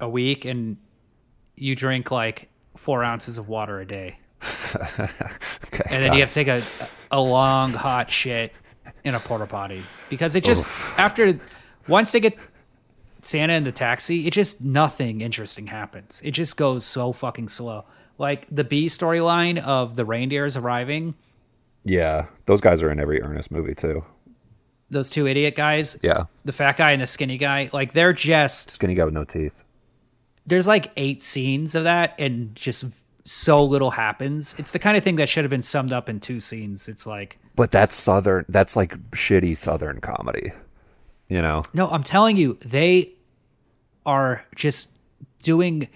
A: a week and you drink like four ounces of water a day
B: Okay,
A: and then you have to take a, a long hot shit in a porta potty because it just after once they get Santa in the taxi, it just nothing interesting happens. It just goes so fucking slow. Like the B storyline of the reindeers arriving,
B: yeah, those guys are in every Ernest movie too.
A: those two idiot guys,
B: Yeah,
A: the fat guy and the skinny guy, like they're just
B: skinny guy with no teeth.
A: there's like eight scenes of that and just so little happens. It's the kind of thing that should have been summed up in two scenes. It's like
B: But that's southern. That's like shitty southern comedy. You know,
A: No, I'm telling you, they are just doing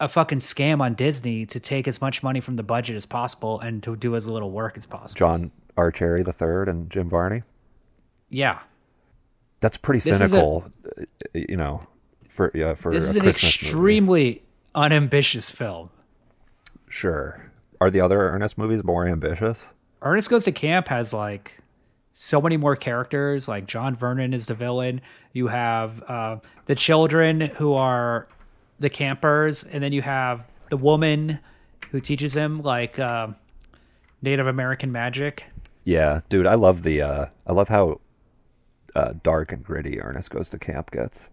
A: a fucking scam on Disney to take as much money from the budget as possible and to do as little work as possible.
B: John R. Cherry the Third and Jim Varney.
A: Yeah.
B: That's pretty
A: This is a-
B: cynical. uh, you know, for yeah for
A: This
B: a
A: is an
B: Christmas movie.
A: extremely unambitious film.
B: Sure. Are the other Ernest movies more ambitious?
A: Ernest Goes to Camp has like so many more characters. Like John Vernon is the villain. You have uh, the children who are the campers, and then you have the woman who teaches him like um Native American magic.
B: Yeah, dude, I love the uh I love how uh dark and gritty Ernest goes to camp gets.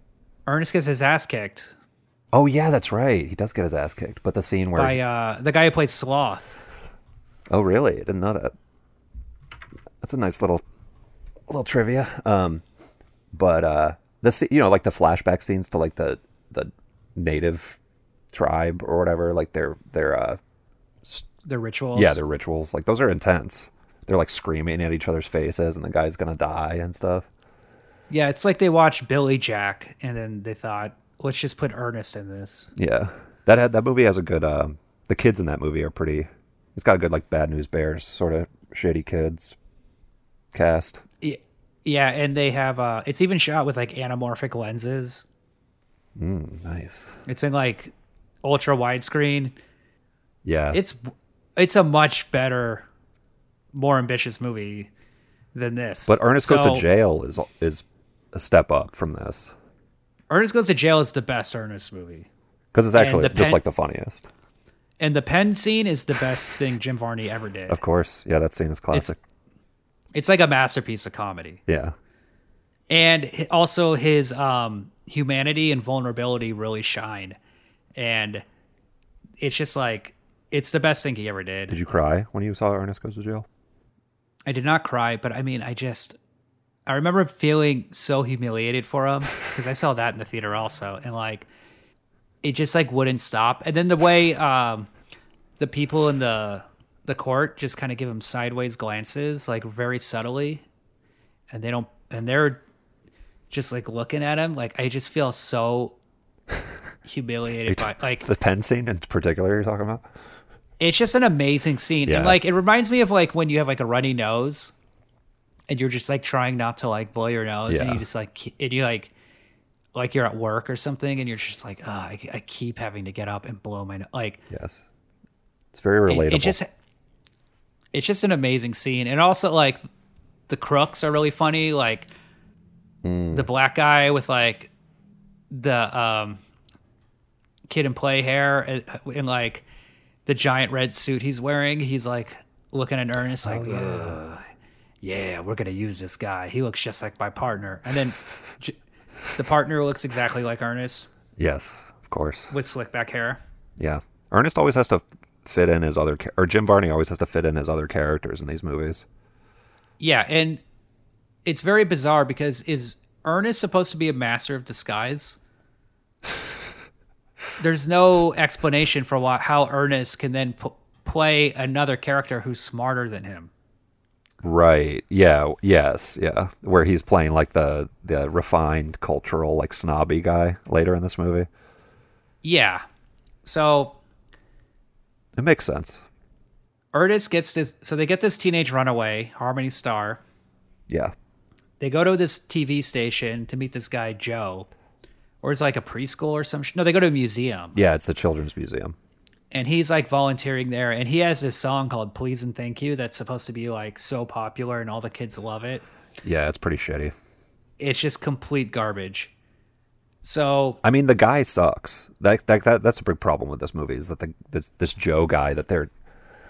A: Ernest gets his ass kicked
B: Oh yeah, that's right. He does get his ass kicked, but the scene where
A: by uh, the guy who plays Sloth.
B: Oh really? I didn't know that. That's a nice little little trivia. Um but uh the sce- you know like the flashback scenes to like the the native tribe or whatever, like their their uh
A: The rituals.
B: yeah, their rituals. Like those are intense. They're like screaming at each other's faces and the guy's going to die and stuff.
A: yeah. It's like they watched Billy Jack, and then they thought, let's just put Ernest in this.
B: Yeah, that had that movie has a good. Um, the kids in that movie are pretty. It's got a good like Bad News Bears sort of shitty kids cast.
A: Y- Yeah, and they have uh, it's even shot with like anamorphic lenses.
B: Nice.
A: It's in like ultra widescreen.
B: Yeah,
A: It's it's a much better, more ambitious movie than this.
B: but Ernest goes
A: So,
B: to jail is is a step up from this
A: Ernest Goes to Jail is the best Ernest movie.
B: because it's actually
A: the
B: just
A: pen-
B: like the funniest.
A: And the pen scene is the best thing Jim Varney ever did.
B: Of course, yeah, that scene is classic.
A: It's like a masterpiece of comedy.
B: yeah,
A: And hi- also his um humanity and vulnerability really shine. And it's just like it's the best thing he ever did.
B: did you cry when you saw Ernest Goes to Jail?
A: I did not cry, but I mean, I just I remember feeling so humiliated for him because I saw that in the theater also, and like it just like wouldn't stop. And then the way um the people in the the court just kind of give him sideways glances, like very subtly, and they don't, and they're just like looking at him. Like I just feel so humiliated by like
B: the pen scene in particular you're talking about?
A: it's just an amazing scene
B: Yeah.
A: and like it reminds me of like when you have like a runny nose and you're just like trying not to like blow your nose and
B: Yeah.
A: you just like ke- and you like like you're at work or something and you're just like oh, I, I keep having to get up and blow my nose like
B: Yes, it's very
A: it-
B: relatable.
A: It, just it's just an amazing scene, and also like the crooks are really funny. Like the black guy with like the um kid and play hair and, and like the giant red suit he's wearing. He's like looking at Ernest like. "Ugh, Yeah, we're gonna use this guy. He looks just like my partner, and then j- the partner looks exactly like Ernest
B: yes, of course.
A: with slick back hair.
B: Yeah, Ernest always has to fit in his other, cha- or Jim Varney always has to fit in his other characters in these movies.
A: Yeah, and it's very bizarre because is Ernest supposed to be a master of disguise? There's no explanation for why, how Ernest can then p- play another character who's smarter than him.
B: Right. Yeah. Yes. Yeah. Where he's playing like the the refined cultural like snobby guy later in this movie.
A: Yeah. So
B: It makes sense.
A: Ernest gets this so they get this teenage runaway, Harmony Star.
B: Yeah.
A: They go to this TV station to meet this guy Joe. Or it's like a preschool or some sh- No, they go to a museum.
B: Yeah. It's the children's museum.
A: and he's like volunteering there and he has this song called please and thank you that's supposed to be like so popular and all the kids love it
B: Yeah. It's pretty shitty.
A: it's just complete garbage so
B: I mean, the guy sucks. That that, that that's a big problem with this movie is that the this, this Joe guy that they're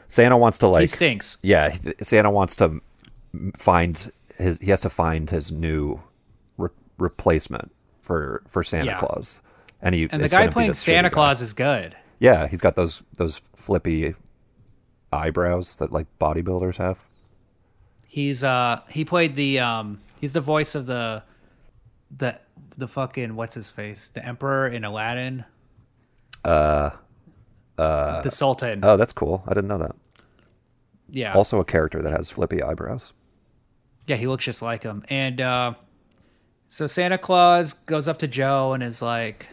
B: Santa wants to
A: he
B: like
A: stinks
B: yeah he- santa wants to m- find his he has to find his new re- replacement for for santa
A: Yeah.
B: claus and he
A: and the
B: is
A: guy
B: gonna be
A: playing
B: this
A: santa
B: shitty guy.
A: claus is good
B: yeah he's got those those flippy eyebrows that like bodybuilders have
A: he's uh he played the um he's the voice of the the the fucking what's his face the emperor in aladdin uh uh the sultan
B: oh that's cool i didn't know that
A: yeah
B: also a character that has flippy eyebrows
A: Yeah, he looks just like him. And uh, so Santa Claus goes up to Joe and is like,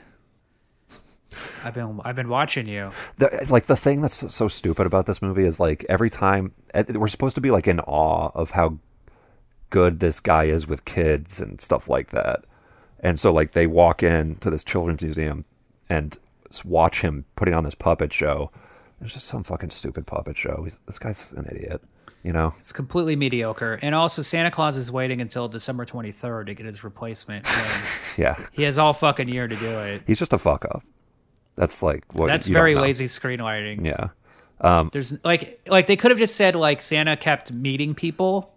A: "I've been I've been watching you."
B: the, like the thing that's so stupid about this movie is like every time eh, we're supposed to be like in awe of how good this guy is with kids and stuff like that and so like they walk in to this children's museum and s- watch him putting on this puppet show it's just some fucking stupid puppet show He's, this guy's an idiot you know
A: It's completely mediocre. And also, Santa Claus is waiting until December twenty third to get his replacement. when
B: yeah
A: he has all fucking year to do it.
B: he's just a fuck up that's like what
A: That's
B: you don't
A: very
B: know.
A: lazy screenwriting.
B: yeah
A: There's like like they could have just said like Santa kept meeting people,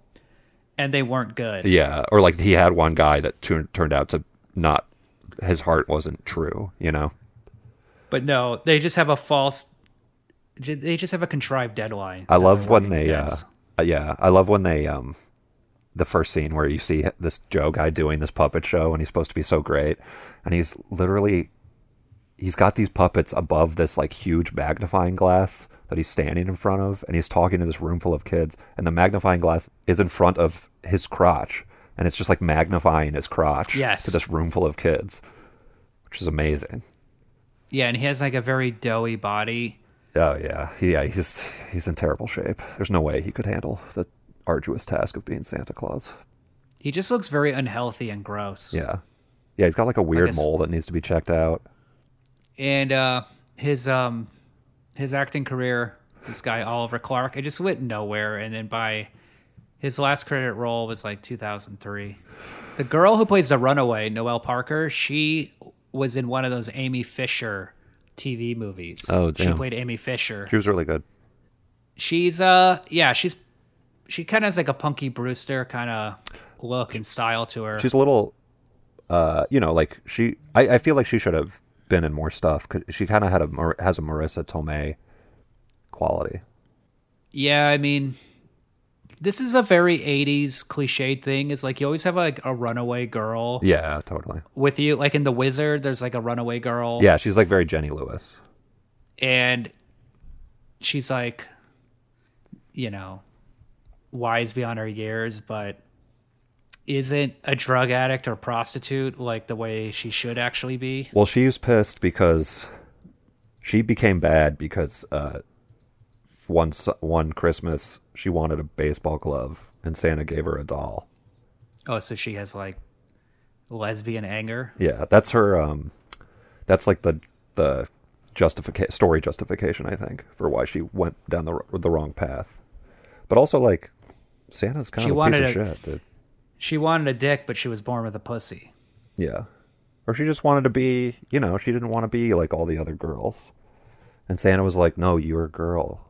A: and they weren't good.
B: Yeah, or like he had one guy that turned turned out to not his heart wasn't true, you know.
A: But no, they just have a false. They just have a contrived deadline.
B: I love when they uh,
A: Yes.
B: uh, yeah, I love when they um the first scene where you see this Joe guy doing this puppet show and he's supposed to be so great and he's literally he's got these puppets above this like huge magnifying glass that he's standing in front of and he's talking to this room full of kids and the magnifying glass is in front of his crotch and it's just like magnifying his crotch
A: Yes.
B: to this room full of kids which is amazing.
A: Yeah, and he has like a very doughy body.
B: Oh yeah, He- yeah. He's he's in terrible shape. There's no way he could handle the arduous task of being Santa Claus.
A: He just looks very unhealthy and gross.
B: Yeah, yeah. He's got like a weird
A: guess-
B: mole that needs to be checked out.
A: And uh his um his acting career, this guy Oliver Clark, it just went nowhere and then by His last credit role was like 2003. The girl who plays the runaway, Noelle Parker, she was in one of those Amy Fisher TV movies.
B: Oh,
A: She
B: damn.
A: played Amy Fisher.
B: She was really good.
A: She's uh yeah, she's she kind of has like a punky Brewster kind of look and style to her.
B: She's a little, uh, you know, like she. I, I feel like she should have been in more stuff because she kind of had a Mar- has a Marissa Tomei quality.
A: Yeah, I mean, this is a very 80s cliche thing. It's like you always have like a runaway girl
B: Yeah, totally.
A: with you. Like in The Wizard, there's like a runaway girl.
B: Yeah, she's like very Jenny Lewis.
A: And she's like, you know, wise beyond her years, but isn't a drug addict or prostitute like the way she should actually be.
B: Well, she's pissed because she became bad because uh, one su- one Christmas she wanted a baseball glove and Santa gave her a doll.
A: Oh, so she has like lesbian anger.
B: Yeah, that's her. Um, that's like the the justification story justification I think for why she went down the r- the wrong path. But also like Santa's kind
A: She
B: of a piece
A: wanted
B: of
A: a-
B: shit. Dude.
A: She wanted a dick, but she was born with a pussy.
B: Yeah, or she just wanted to be. You know, she didn't want to be like all the other girls. And Santa was like, "No, you're a girl.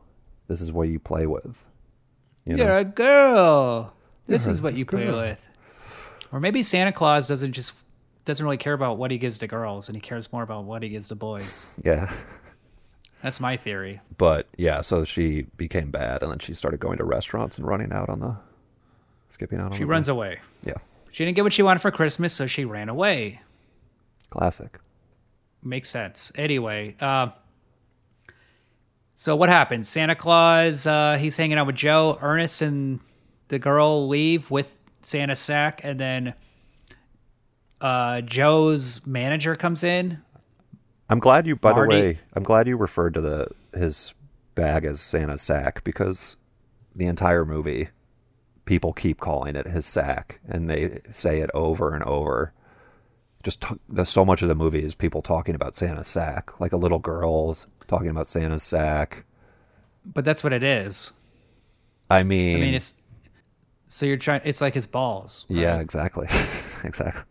B: This is what you play with." You know?
A: You're a girl. This is what you play with. Or maybe Santa Claus doesn't just doesn't really care about what he gives to girls and he cares more about what he gives to boys.
B: Yeah.
A: That's my theory.
B: But yeah, so she became bad, and then she started going to restaurants and running out on the skipping out on.
A: She
B: the-
A: runs away.
B: Yeah,
A: She didn't get what she wanted for Christmas, so she ran away.
B: classic.
A: Makes sense. Anyway, uh, so what happens? Santa Claus, uh, he's hanging out with Joe. Ernest and the girl leave with Santa's sack, and then uh, Joe's manager comes in.
B: I'm glad you. By
A: Marty.
B: the way, I'm glad you referred to the his bag as Santa's sack because the entire movie, people keep calling it his sack, and they say it over and over. Just t- there's so much of the movie is people talking about Santa's sack, like a little girl's talking about Santa's sack.
A: But that's what it is.
B: I mean,
A: I mean, it's so you're trying. It's like his balls.
B: yeah, exactly, exactly.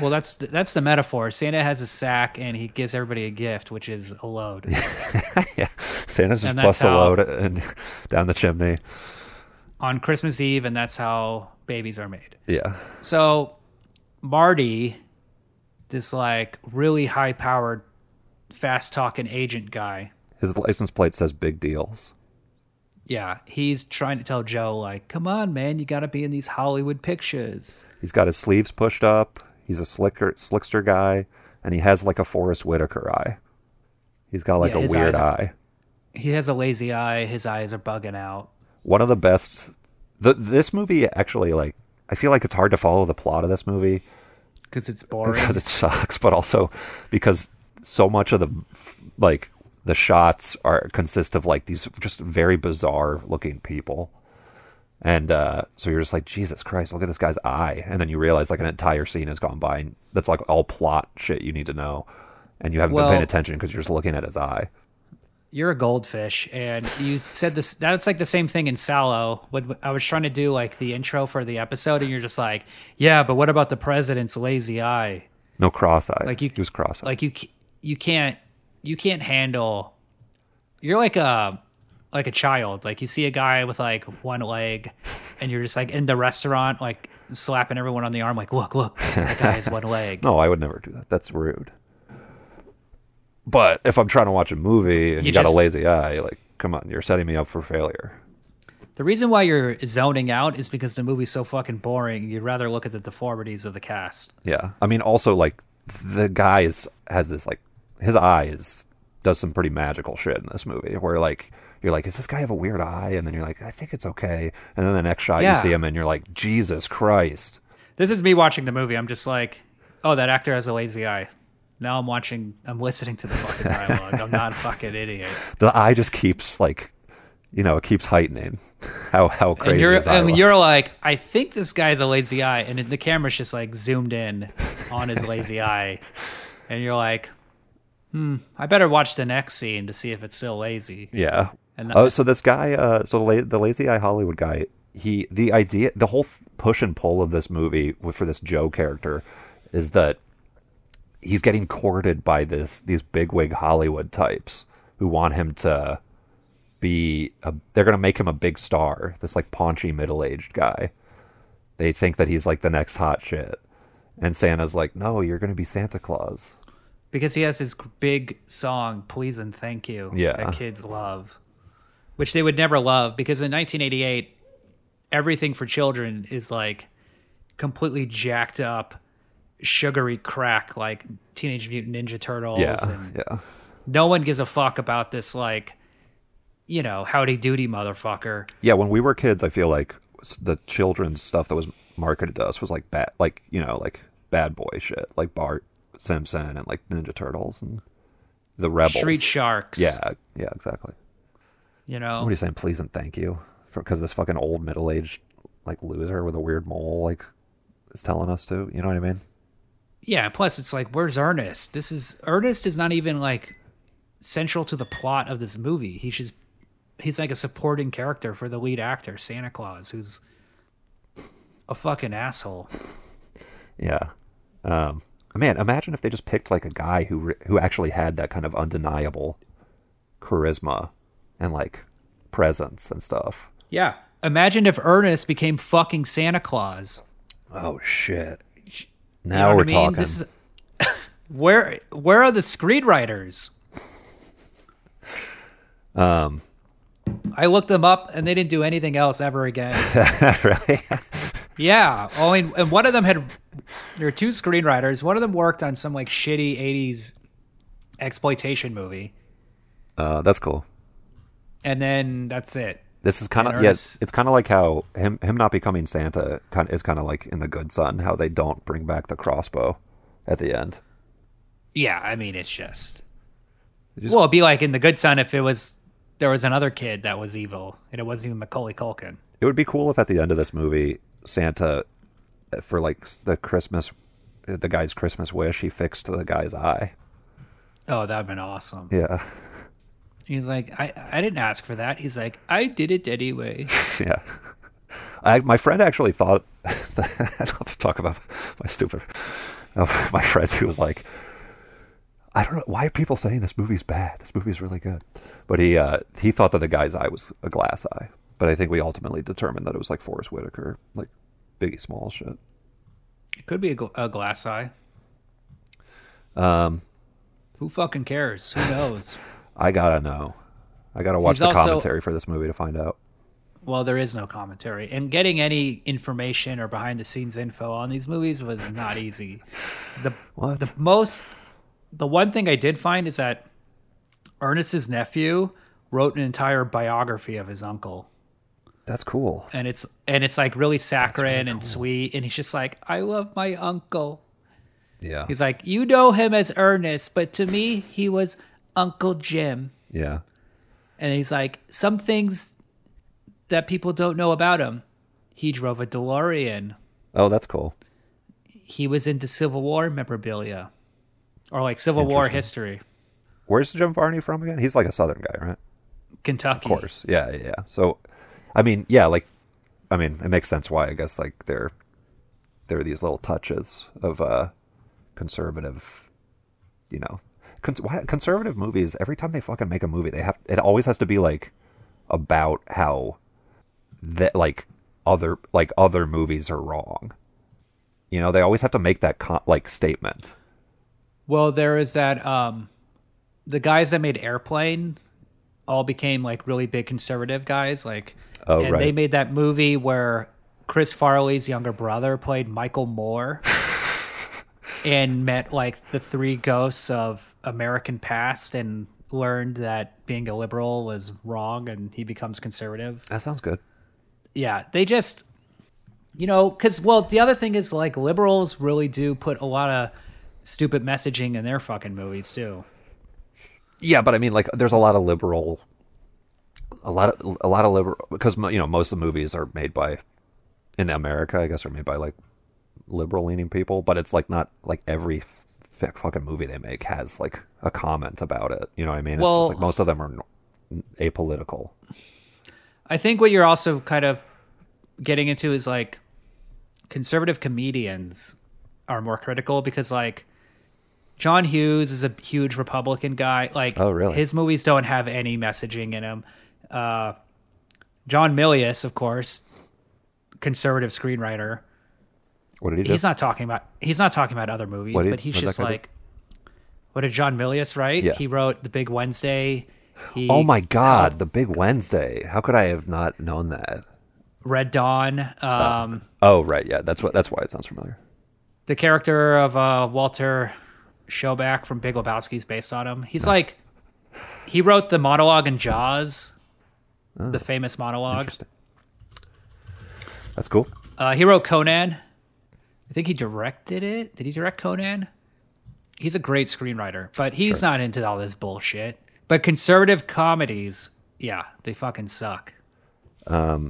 A: Well, that's the, that's the metaphor. Santa has a sack and he gives everybody a gift, which is a load.
B: yeah, Santa's just
A: And that's
B: bust a
A: how-
B: load and down the chimney.
A: on Christmas Eve, and that's how babies are made.
B: Yeah,
A: So Marty, this like really high powered, fast talking agent guy.
B: his license plate says "Big Deals."
A: Yeah, he's trying to tell Joe like, "Come on, man, you got to be in these Hollywood pictures."
B: He's got his sleeves pushed up. He's a slicker, slickster guy, and he has like a Forrest Whitaker eye. He's got like
A: Yeah,
B: a
A: his
B: weird
A: eyes are-
B: eye.
A: He has a lazy eye. His eyes are bugging out.
B: One of the best. The, this movie actually, like, I feel like it's hard to follow the plot of this movie
A: Because it's boring.
B: because it sucks, but also because so much of the like the shots are consist of like these just very bizarre looking people. And uh, so you're just like Jesus Christ! Look at this guy's eye, and then you realize like an entire scene has gone by, and that's like all plot shit you need to know, and you haven't
A: Well-
B: been paying attention because you're just looking at his eye.
A: you're a goldfish and you said this that's like the same thing in sallow when i was trying to do like the intro for the episode and you're just like yeah but what about the president's lazy eye
B: No cross-eyed.
A: Like you-
B: he was cross-eyed.
A: like you c- you can't you can't handle you're like a like a child like you see a guy with like one leg and you're just like in the restaurant like slapping everyone on the arm like look look that guy has one leg
B: no, I would never do that. That's rude. But if I'm trying to watch a movie and you,
A: You
B: got a
A: just-
B: lazy eye, like come on, you're setting me up for failure.
A: The reason why you're zoning out is because the movie's so fucking boring. You'd rather look at the deformities of the cast.
B: Yeah. I mean, also like the guy is has this like his eye is does some pretty magical shit in this movie where like you're like, does this guy have a weird eye? And then you're like, I think it's okay. And then the next shot
A: Yeah.
B: you see him and you're like, Jesus Christ.
A: This is me watching the movie. I'm just like, oh, that actor has a lazy eye. Now I'm watching. I'm listening to the fucking dialogue. I'm not a fucking idiot.
B: The eye just keeps like, you know, it keeps heightening. how how crazy
A: And you're,
B: his eye
A: and you're
B: looks.
A: like, I think this guy has a lazy eye, and the camera's just like zoomed in on his lazy eye, and you're like, hmm, I better watch the next scene to see if it's still lazy.
B: yeah.
A: And
B: oh, so this guy, uh, so the, la- the lazy eye Hollywood guy he the idea the whole f- push and pull of this movie w- for this Joe character is that he's getting courted by this these bigwig Hollywood types who want him to be a, they're going to make him a big star this like paunchy middle-aged guy they think that he's like the next hot shit and Santa's like no you're going to be Santa Claus
A: because he has his big song "Please and Thank You"
B: Yeah.
A: that kids love, which they would never love because in 1988, everything for children is like completely jacked up, sugary crack like Teenage Mutant Ninja Turtles.
B: yeah
A: and
B: yeah
A: no one gives a fuck about this like, you know, howdy doody motherfucker.
B: yeah when we were kids i feel like s- the children's stuff that was marketed to us was like bad like you know like bad boy shit like bart simpson and like ninja turtles and the rebels
A: Street sharks.
B: yeah yeah exactly
A: you know.
B: what are you saying please and thank you because this fucking old middle-aged like loser with a weird mole like is telling us to you know what i mean
A: Yeah, plus it's like, where's Ernest? This is Ernest is not even like central to the plot of this movie. He's just he's like a supporting character for the lead actor, Santa Claus, who's a fucking asshole.
B: yeah um man imagine if they just picked like a guy who re- who actually had that kind of undeniable charisma and like presence and stuff
A: Yeah. Imagine if Ernest became fucking Santa Claus.
B: Oh shit!
A: You
B: Now
A: know
B: we're
A: what I mean?
B: talking.
A: This is where where are the screenwriters?
B: Um,
A: I looked them up and they didn't do anything else ever again.
B: really?
A: Yeah. Only and one of them had there were two screenwriters. One of them worked on some like shitty eighties exploitation movie.
B: Uh, that's cool.
A: And then that's it.
B: This is kind
A: In
B: of
A: earnest.
B: yes. It's kind of like how him him not becoming Santa kind is kind of like in the Good Son how they don't bring back the crossbow at the end.
A: Yeah, I mean it's just,
B: just-
A: Well, it'd be like in The Good Son if it was there was another kid that was evil and it wasn't even Macaulay Culkin.
B: It would be cool if at the end of this movie Santa, uh, for like s- the Christmas, uh, the guy's Christmas wish, he fixed the guy's eye.
A: Oh, that'd been awesome.
B: Yeah,
A: He's like, I, I didn't ask for that. He's like, I did it anyway.
B: yeah. I, my friend actually thought I love to talk about my stupid oh, my friend who was like I don't know why are people saying this movie's bad this movie's really good but he uh, he thought that the guy's eye was a glass eye but I think we ultimately determined that it was like Forrest Whitaker like Biggie Small shit
A: It could be a, gl- a glass eye.
B: um
A: Who fucking cares? Who knows?
B: I gotta know I gotta watch
A: He's
B: the
A: also-
B: commentary for this movie to find out
A: Well, there is no commentary, and getting any information or behind the scenes info on these movies was not easy. The
B: what
A: the most the one thing I did find is that Ernest's nephew wrote an entire biography of his uncle,
B: that's cool
A: and it's and it's like really saccharine and sweet, and he's just like, "I love my uncle."
B: yeah
A: He's like, "You know him as Ernest, but to me, he was Uncle Jim."
B: yeah
A: And he's like, some things that people don't know about him. He drove a DeLorean.
B: oh that's cool
A: He was into Civil War memorabilia or like Civil War
B: Interesting.
A: history.
B: where's Jim Varney from again he's like a southern guy right
A: Kentucky.
B: Of course. Yeah, yeah, yeah. So I mean, yeah, like I mean, it makes sense why I guess like there there are these little touches of uh conservative you know. Cons- why, conservative movies every time they fucking make a movie, they have it always has to be like about how that like other like other movies are wrong. You know, they always have to make that con- like statement.
A: Well, there is that um the guys that made Airplane all became like really big conservative guys like
B: Oh,
A: and
B: right.
A: they made that movie where Chris Farley's younger brother played Michael Moore and met like the three ghosts of American past and learned that being a liberal was wrong and he becomes conservative
B: That sounds good.
A: yeah they just you know because well the other thing is like liberals really do put a lot of stupid messaging in their fucking movies too
B: Yeah, but I mean, like, there's a lot of liberal, a lot of a lot of liberal because you know most of the movies are made by in America, I guess, are made by like liberal leaning people. But it's like not like every f- f- fucking movie they make has like a comment about it. You know what I mean?
A: Well-
B: it's just, like most of them are n- apolitical.
A: i think what you're also kind of getting into is like conservative comedians are more critical because like John Hughes is a huge Republican guy. Like,
B: Oh, really?
A: His movies don't have any messaging in them. Uh, John Milius, of course, conservative screenwriter.
B: What did he do?
A: He's not talking about he's not talking about other movies,
B: What did-
A: but he's
B: what did
A: just
B: that guy do?
A: like, what did John Milius write?
B: Yeah.
A: He wrote The Big Wednesday. He
B: oh my God, The Big Wednesday. How could I have not known that?
A: Red Dawn. Um,
B: Oh right, yeah. That's what. That's why it sounds familiar.
A: the character of uh, Walter Showback from Big Lebowski is based on him. He's like, he wrote the monologue in Jaws, the famous monologue.
B: Oh. Interesting. That's cool.
A: Uh, he wrote Conan. I think he directed it. Did he direct Conan? He's a great screenwriter, but he's not into all this bullshit. But conservative comedies, yeah, they fucking suck.
B: Yeah.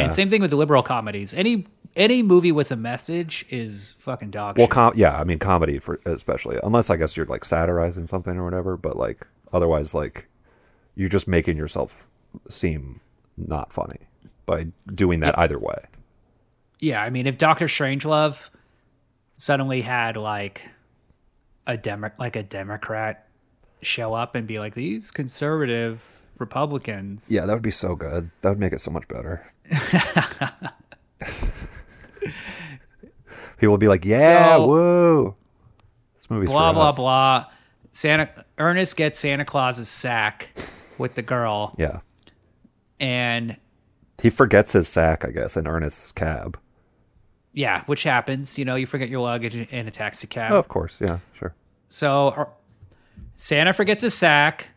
A: And same thing with the liberal comedies. Any any movie with a message is fucking dog
B: well,
A: shit.
B: com- yeah. I mean, comedy for especially, unless I guess you're like satirizing something or whatever. But like, otherwise, like, you're just making yourself seem not funny by doing that either way.
A: yeah, I mean, if Doctor Strangelove suddenly had like a demo, like a Democrat show up and be like, these conservative Republicans,
B: Yeah, that would be so good. That would make it so much better. People would be like, "Yeah,
A: So-
B: woo!" This movie's
A: blah
B: for
A: blah
B: us.
A: blah. Santa Ernest gets Santa Claus's sack with the girl,
B: Yeah,
A: and
B: he forgets his sack, I guess, in Ernest's cab.
A: yeah, which happens. You know, you forget your luggage in- in a taxi cab.
B: Oh, of course, yeah, sure.
A: So er, Santa forgets his sack.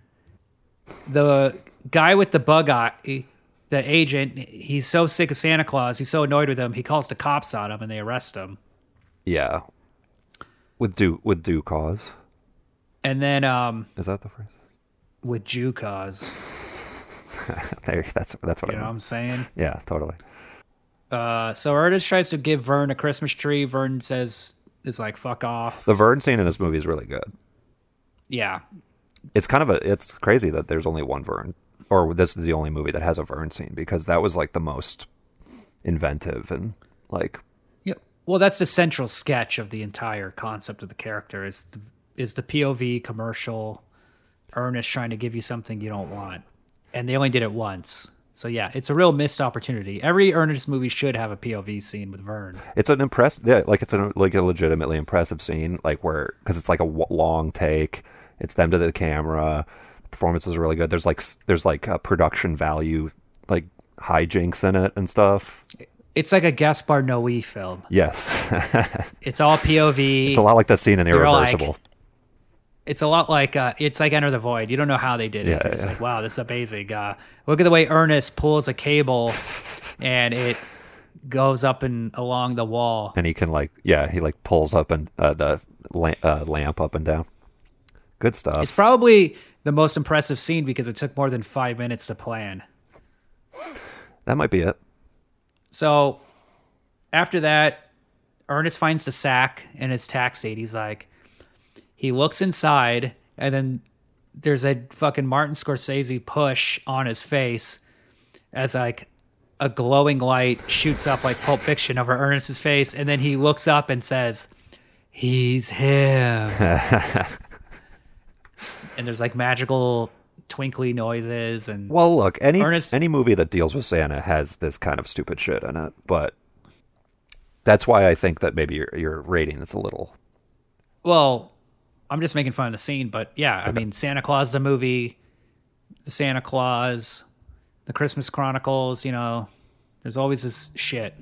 A: The guy with the bug eye, the agent, he's so sick of Santa Claus, he's so annoyed with him, he calls the cops on him and they arrest him.
B: Yeah, with due with due cause.
A: And then um,
B: Is that the phrase?
A: with Jew cause,
B: There, that's that's what
A: you
B: I
A: know what
B: mean.
A: I'm saying?
B: Yeah, totally.
A: Uh, so Ernest tries to give Vern a Christmas tree. Vern says, is like, fuck off.
B: The Vern scene in this movie is really good.
A: Yeah.
B: It's kind of a it's crazy that there's only one Vern, or this is the only movie that has a Vern scene because that was like the most inventive and like
A: Yeah. Well, that's the central sketch of the entire concept of the character is the, is the POV commercial, Ernest trying to give you something you don't want, and they only did it once. So yeah, it's a real missed opportunity. Every Ernest movie should have a POV scene with Vern.
B: it's an impressive yeah, like it's a like a legitimately impressive scene like where because it's like a w- long take it's them to the camera performance is really good there's like s- there's like a production value like hijinks in it and stuff
A: It's like a Gaspar Noé film.
B: yes
A: It's all POV.
B: it's a lot like that scene in
A: They're all like-
B: irreversible
A: it's a lot like uh, it's like Enter the Void. You don't know how they did it.
B: Yeah,
A: You're just
B: yeah.
A: like, wow, this is amazing. Uh, look at the way Ernest pulls a cable, and it goes up and along the wall.
B: and he can like yeah he like pulls up and uh, the la- uh, lamp up and down good stuff
A: It's probably the most impressive scene because it took more than five minutes to plan.
B: that might be it
A: So after that, Ernest finds the sack in his taxi. And he's like, he looks inside, and then there's a fucking Martin Scorsese push on his face as like a glowing light shoots up like Pulp Fiction over Ernest's face, and then he looks up and says, "He's him." and there's like magical twinkly noises and
B: well look any
A: Ernest-
B: any movie that deals with santa has this kind of stupid shit in it but that's why i think that maybe your, your rating is a little
A: Well, I'm just making fun of the scene, but yeah, I mean, Santa Claus the movie, Santa Claus, the Christmas Chronicles, you know, there's always this shit.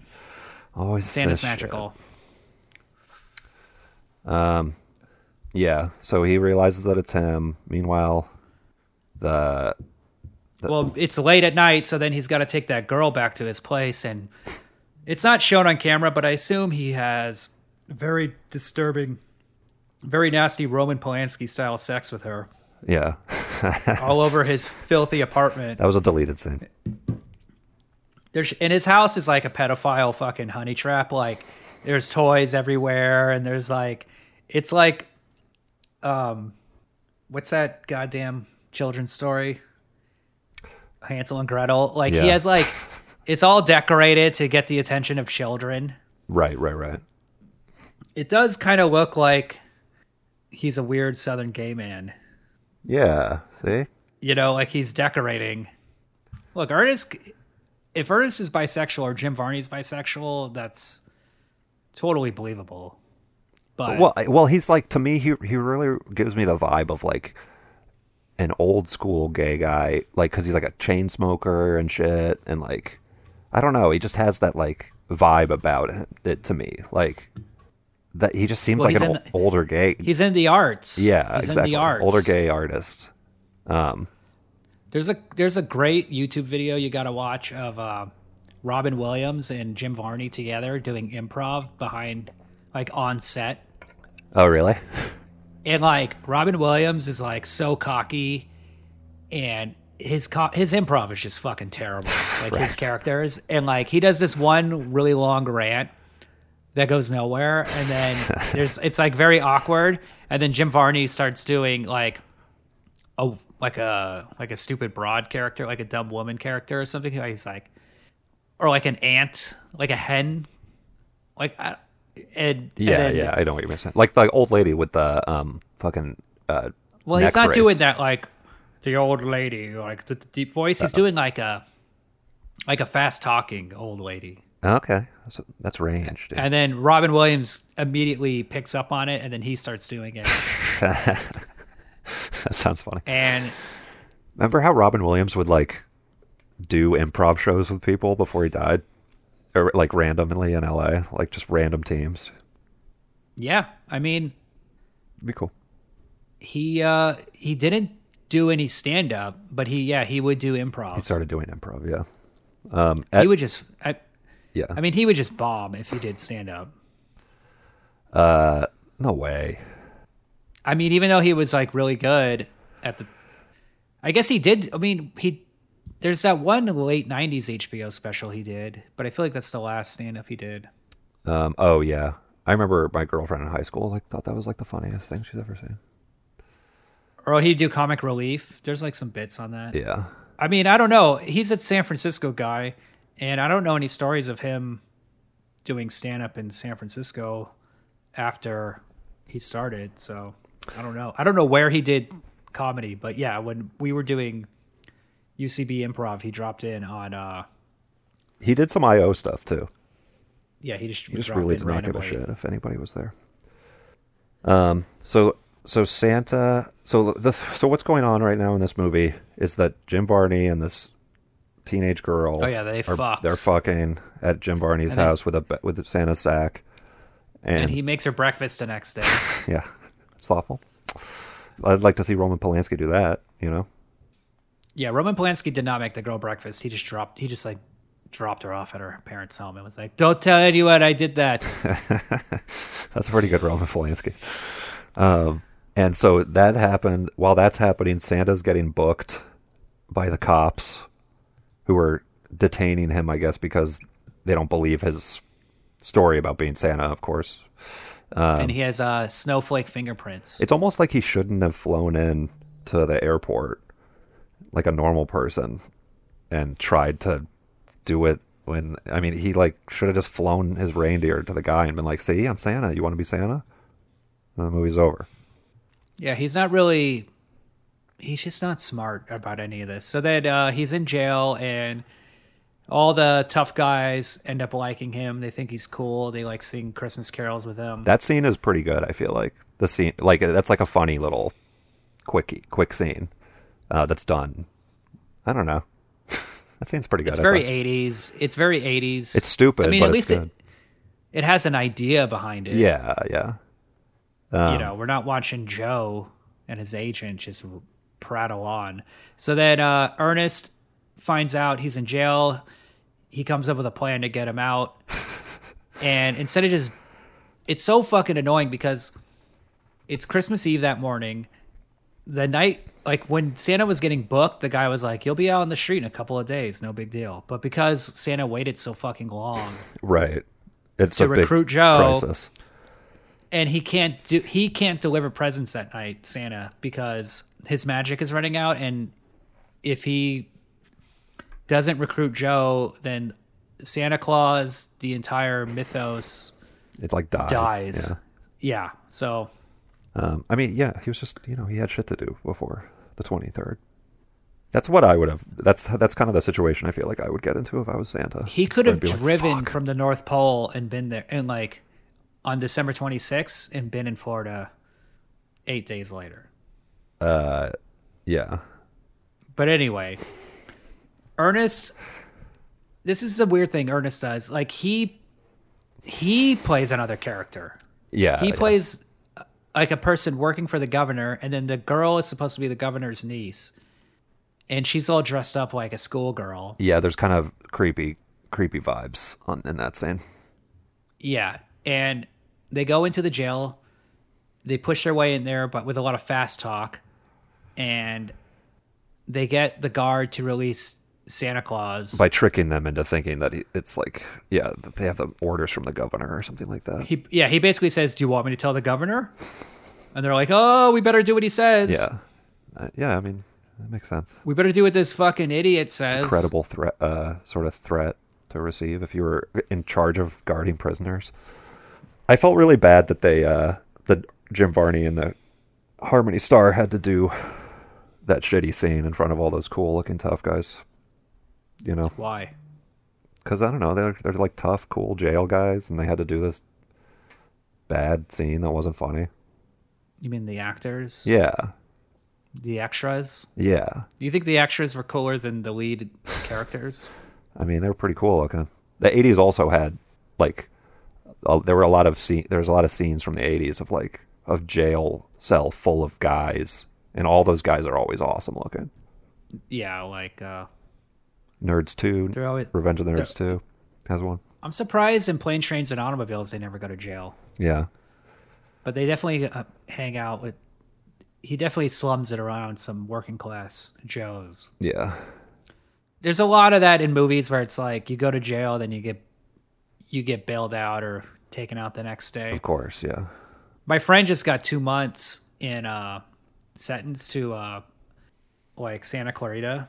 B: Always
A: Santa's
B: oh, this shit.
A: magical.
B: Yeah. So he realizes that it's him. Meanwhile, the
A: Well, it's late at night, so then he's got to take that girl back to his place, and it's not shown on camera, but I assume he has very disturbing, very nasty Roman Polanski style sex with her
B: yeah,
A: all over his filthy apartment.
B: that was a deleted scene.
A: there's and his house is like a pedophile fucking honey trap like there's toys everywhere and there's like it's like um what's that goddamn children's story hansel and gretel like
B: Yeah.
A: he has like it's all decorated to get the attention of children.
B: Right, right, right.
A: It does kind of look like he's a weird Southern gay man.
B: Yeah. See?
A: You know, like he's decorating. Look, Ernest. If Ernest is bisexual or Jim Varney's bisexual, that's totally believable. But
B: Well, I- well, he's like to me. He he really gives me the vibe of like an old school gay guy, like because he's like a chain smoker and shit, and like I don't know. He just has that like vibe about it, it to me. Like that he just seems
A: Well,
B: like
A: he's
B: an
A: in
B: ol- older gay.
A: he's in the arts.
B: yeah,
A: he's
B: exactly.
A: in the arts.
B: Older gay artist.
A: There's a there's a great YouTube video you got to watch of uh, Robin Williams and Jim Varney together doing improv behind like on set.
B: Oh, really?
A: And like Robin Williams is like so cocky and his co- his improv is just fucking terrible. Like his characters and like he does this one really long rant that goes nowhere and then there's it's like very awkward and then Jim Varney starts doing like a like a like a stupid broad character, like a dumb woman character or something. He's like or like an ant, like a hen. Like I, and
B: Yeah,
A: and then-
B: yeah. I know what you're saying. Like the old lady with the um fucking uh
A: Well,
B: neck
A: he's not
B: brace.
A: doing that like the old lady, like the, the deep voice. He's doing like a like a fast talking old lady.
B: Okay, that's, that's range, dude.
A: And then Robin Williams immediately picks up on it, and then he starts doing it.
B: that sounds funny.
A: and
B: Remember how Robin Williams would like do improv shows with people before he died, or like randomly in LA, like just random teams.
A: yeah, I mean,
B: It'd be cool.
A: he uh he didn't do any stand up, but he yeah he would do
B: He
A: improv.
B: started doing improv. Yeah,
A: he would just I,
B: yeah.
A: I mean he would just bomb if he did stand up.
B: Uh, no way.
A: I mean, even though he was like really good at the, I guess he did. I mean, he there's that one late '90s HBO special he did, but I feel like that's the last stand-up he did.
B: Um, oh yeah, I remember my girlfriend in high school like thought that was like the funniest thing she's ever seen.
A: Or he'd do comic relief. There's like some bits on that.
B: Yeah,
A: I mean, I don't know. He's a San Francisco guy, and I don't know any stories of him doing stand-up in San Francisco after he started. So I don't know. I don't know where he did comedy, but yeah, when we were doing UCB improv, he dropped in on. uh
B: he did some IO stuff too.
A: Yeah, he just
B: He just
A: dropped
B: really
A: in
B: did not give a
A: randomly.
B: shit if anybody was there. Um. So so Santa. So the so what's going on right now in this movie is that Jim Barney and this teenage girl.
A: Oh, yeah, they fucked.
B: They're fucking at Jim Barney's
A: then-
B: house with a ba- with Santa's sack. And,
A: And he makes her breakfast the next day.
B: yeah, it's thoughtful. I'd like to see Roman Polanski do that. You know.
A: yeah, Roman Polanski did not make the girl breakfast. He just dropped. He just like dropped her off at her parents' home and was like, "Don't tell anyone I did that."
B: That's a pretty good Roman Polanski. Um, and so that happened. While that's happening, Santa's getting booked by the cops who are detaining him, I guess, because they don't believe his story about being Santa, of course.
A: and
B: Um,
A: he has uh, snowflake fingerprints.
B: It's almost like he shouldn't have flown in to the airport like a normal person and tried to do it when I mean he like should have just flown his reindeer to the guy and been like, "See, I'm Santa. You want to be Santa?" And the movie's over.
A: yeah, he's not really. He's just not smart about any of this. So then uh, he's in jail, and all the tough guys end up liking him. They think he's cool. They like sing Christmas carols with him.
B: That scene is pretty good. I feel like the scene, like that's like a funny little quickie, quick scene uh, that's done. I don't know. that scene's pretty good.
A: It's
B: I
A: very
B: thought.
A: 80s. It's very 80s.
B: It's stupid,
A: I mean,
B: but
A: at
B: it's
A: least
B: good.
A: it, it has an idea behind it.
B: yeah, yeah.
A: you know, we're not watching Joe and his agent just prattle on. So then uh, Ernest finds out he's in jail. He comes up with a plan to get him out. and instead of just, it's so fucking annoying because it's Christmas Eve that morning. The night, like when Santa was getting booked, the guy was like, You'll be out on the street in a couple of days, no big deal. But because Santa waited so fucking long,
B: Right. It's
A: To
B: a big
A: recruit Joe,
B: crisis.
A: and he can't do he can't deliver presents that night santa because his magic is running out and if he doesn't recruit Joe, then Santa Claus, the entire mythos
B: It like dies.
A: dies.
B: Yeah.
A: yeah. So
B: Um, I mean, yeah, he was just you know he had shit to do before the twenty third. That's what I would have. That's that's kind of the situation I feel like I would get into if I was Santa.
A: He could
B: I'd
A: have
B: be like,
A: driven
B: "Fuck."
A: from the North Pole and been there and like on December 26th and been in Florida eight days later.
B: yeah,
A: But anyway, Ernest, this is a weird thing Ernest does. Like he, he plays another character.
B: yeah.
A: He
B: Oh, yeah.
A: plays uh, like a person working for the governor, and then the girl is supposed to be the governor's niece, and she's all dressed up like a schoolgirl.
B: Yeah, there's kind of creepy, creepy vibes on in that scene.
A: Yeah. And they go into the jail. They push their way in there, but with a lot of fast talk. And they get the guard to release Santa Claus.
B: by tricking them into thinking that he, it's like yeah that they have the orders from the governor or something like that
A: he, yeah, he basically says, Do you want me to tell the governor? And they're like, Oh, we better do what he says.
B: yeah Uh, yeah i mean that makes sense
A: We better do what this fucking idiot says.
B: credible threat uh sort of threat to receive if you were in charge of guarding prisoners i felt really bad that they uh the jim varney and the harmony star had to do that shitty scene in front of all those cool looking tough guys you know
A: Why?
B: because I don't know, they're they're like tough, cool jail guys, and they had to do this bad scene that wasn't funny.
A: You mean the actors?
B: Yeah,
A: The extras?
B: yeah.
A: Do you think the extras were cooler than the lead characters?
B: I mean, they were pretty cool looking. The '80s also had like uh, there were a lot of scene. There was a lot of scenes from the '80s of like of jail cell full of guys, and all those guys are always awesome looking.
A: yeah, like, uh,
B: Nerds too.
A: they're always.
B: Revenge of the Nerds too has one.
A: I'm surprised in plane, trains, and automobiles they never go to jail,
B: Yeah,
A: but they definitely uh, hang out with. He definitely slums it around some working class Joes.
B: yeah,
A: There's a lot of that in movies where it's like you go to jail, then you get you get bailed out or taken out the next day.
B: of course, yeah.
A: My friend just got two months in uh sentence to uh like Santa Clarita,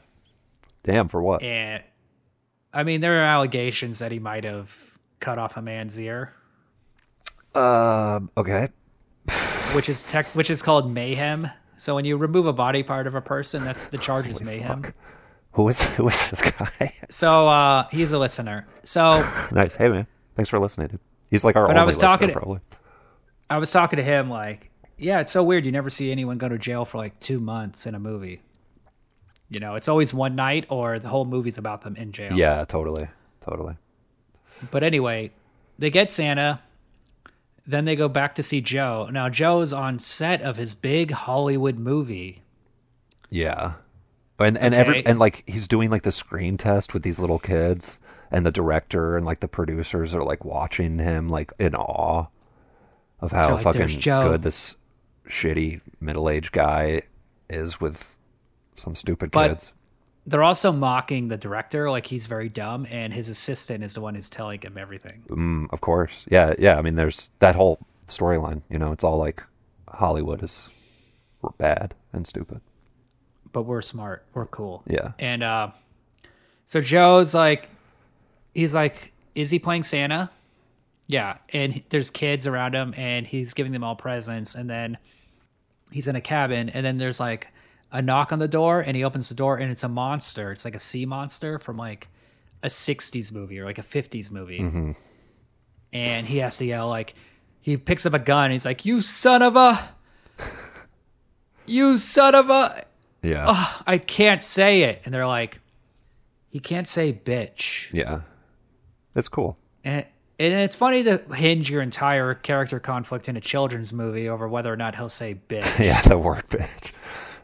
B: Damn, for what?
A: and I mean there are allegations that he might have cut off a man's ear.
B: Um, okay.
A: which is tech, which is called mayhem. So when you remove a body part of a person, that's the charge is mayhem.
B: Fuck. Who is who is this guy?
A: So uh, he's a listener. So
B: nice. Hey man, thanks for listening. Dude. He's like our
A: But I
B: only
A: was
B: listener,
A: talking to-
B: probably.
A: I was talking to him like, yeah, it's so weird. You never see anyone go to jail for like two months in a movie. You know, it's always one night or the whole movie's about them in jail.
B: Yeah, totally, totally.
A: But anyway, they get Santa. Then they go back to see Joe. Now Joe's on set of his big Hollywood movie.
B: Yeah, and and
A: Okay.
B: every and like he's doing like the screen test with these little kids, and the director and like the producers are like watching him like in awe of how
A: They're like, "There's
B: fucking
A: Joe."
B: good this shitty middle aged guy is with some stupid
A: But-
B: kids.
A: They're also mocking the director like he's very dumb and his assistant is the one who's telling him everything.
B: Mm, of course. Yeah, yeah. I mean, there's that whole storyline. You know, it's all like Hollywood is bad and stupid.
A: but we're smart. We're cool.
B: Yeah.
A: And uh, so Joe's like, he's like, is he playing Santa? Yeah. And he- there's kids around him, and he's giving them all presents. And then he's in a cabin, and then there's like a knock on the door, and he opens the door, and it's a monster. It's like a sea monster from like a 60s movie or like a 50s movie. And he has to yell, like, he picks up a gun, and he's like, you son of a. You son of a
B: Yeah.
A: "Ugh, "Ah, I can't say it. And they're like, he can't say bitch.
B: Yeah. It's cool.
A: And, and it's funny to hinge your entire character conflict in a children's movie over whether or not he'll say bitch.
B: Yeah, the word bitch.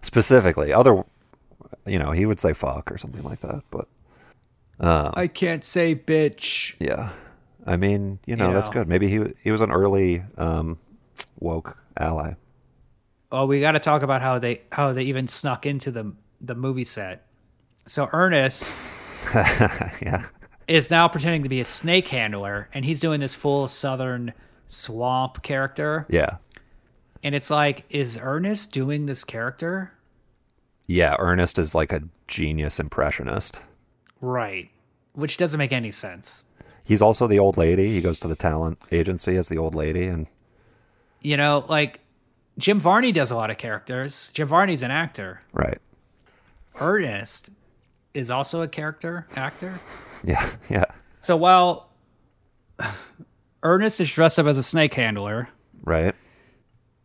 B: Specifically. Other you know, he would say fuck or something like that, but
A: I can't say bitch.
B: yeah. I mean, you know, that's
A: Yeah.
B: good. Maybe he wa- he was an early um woke ally.
A: Oh, we got to talk about how they how they even snuck into the the movie set. So Ernest
B: yeah.
A: is now pretending to be a snake handler, and he's doing this full southern swamp character.
B: Yeah.
A: And it's like, is Ernest doing this character?
B: Yeah, Ernest is like a genius impressionist.
A: Right. Which doesn't make any sense.
B: He's also the old lady. He goes to the talent agency as the old lady, and
A: You know, like Jim Varney does a lot of characters. Jim Varney's an actor.
B: right,
A: Ernest is also a character actor.
B: yeah, yeah,
A: So while Ernest is dressed up as a snake handler,
B: right,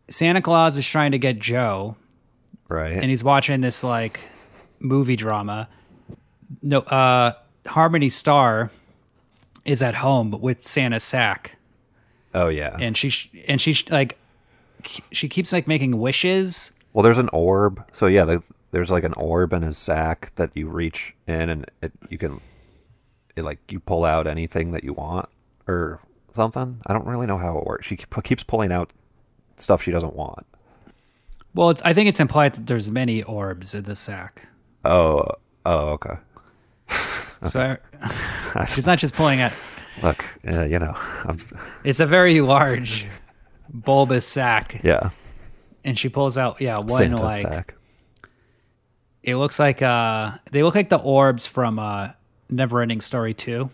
A: Santa Claus is trying to get Joe,
B: right.
A: and he's watching this like movie drama. No, uh, Harmony Star is at home with Santa's sack,
B: oh yeah.
A: and she sh- and she's like k- she keeps like making wishes.
B: Well, there's an orb. So yeah, the, there's like an orb in his sack that you reach in, and it you can, it like you pull out anything that you want or something. I don't really know how it works. She keep- keeps pulling out stuff she doesn't want.
A: Well, it's, I think it's implied that there's many orbs in the sack.
B: Oh, oh, okay.
A: So she's not just pulling out.
B: Look, uh, you know, I'm,
A: It's a very large bulbous sack,
B: yeah,
A: and she pulls out yeah one
B: Santa's
A: like
B: sack.
A: it looks like uh they look like the orbs from uh Neverending Story two.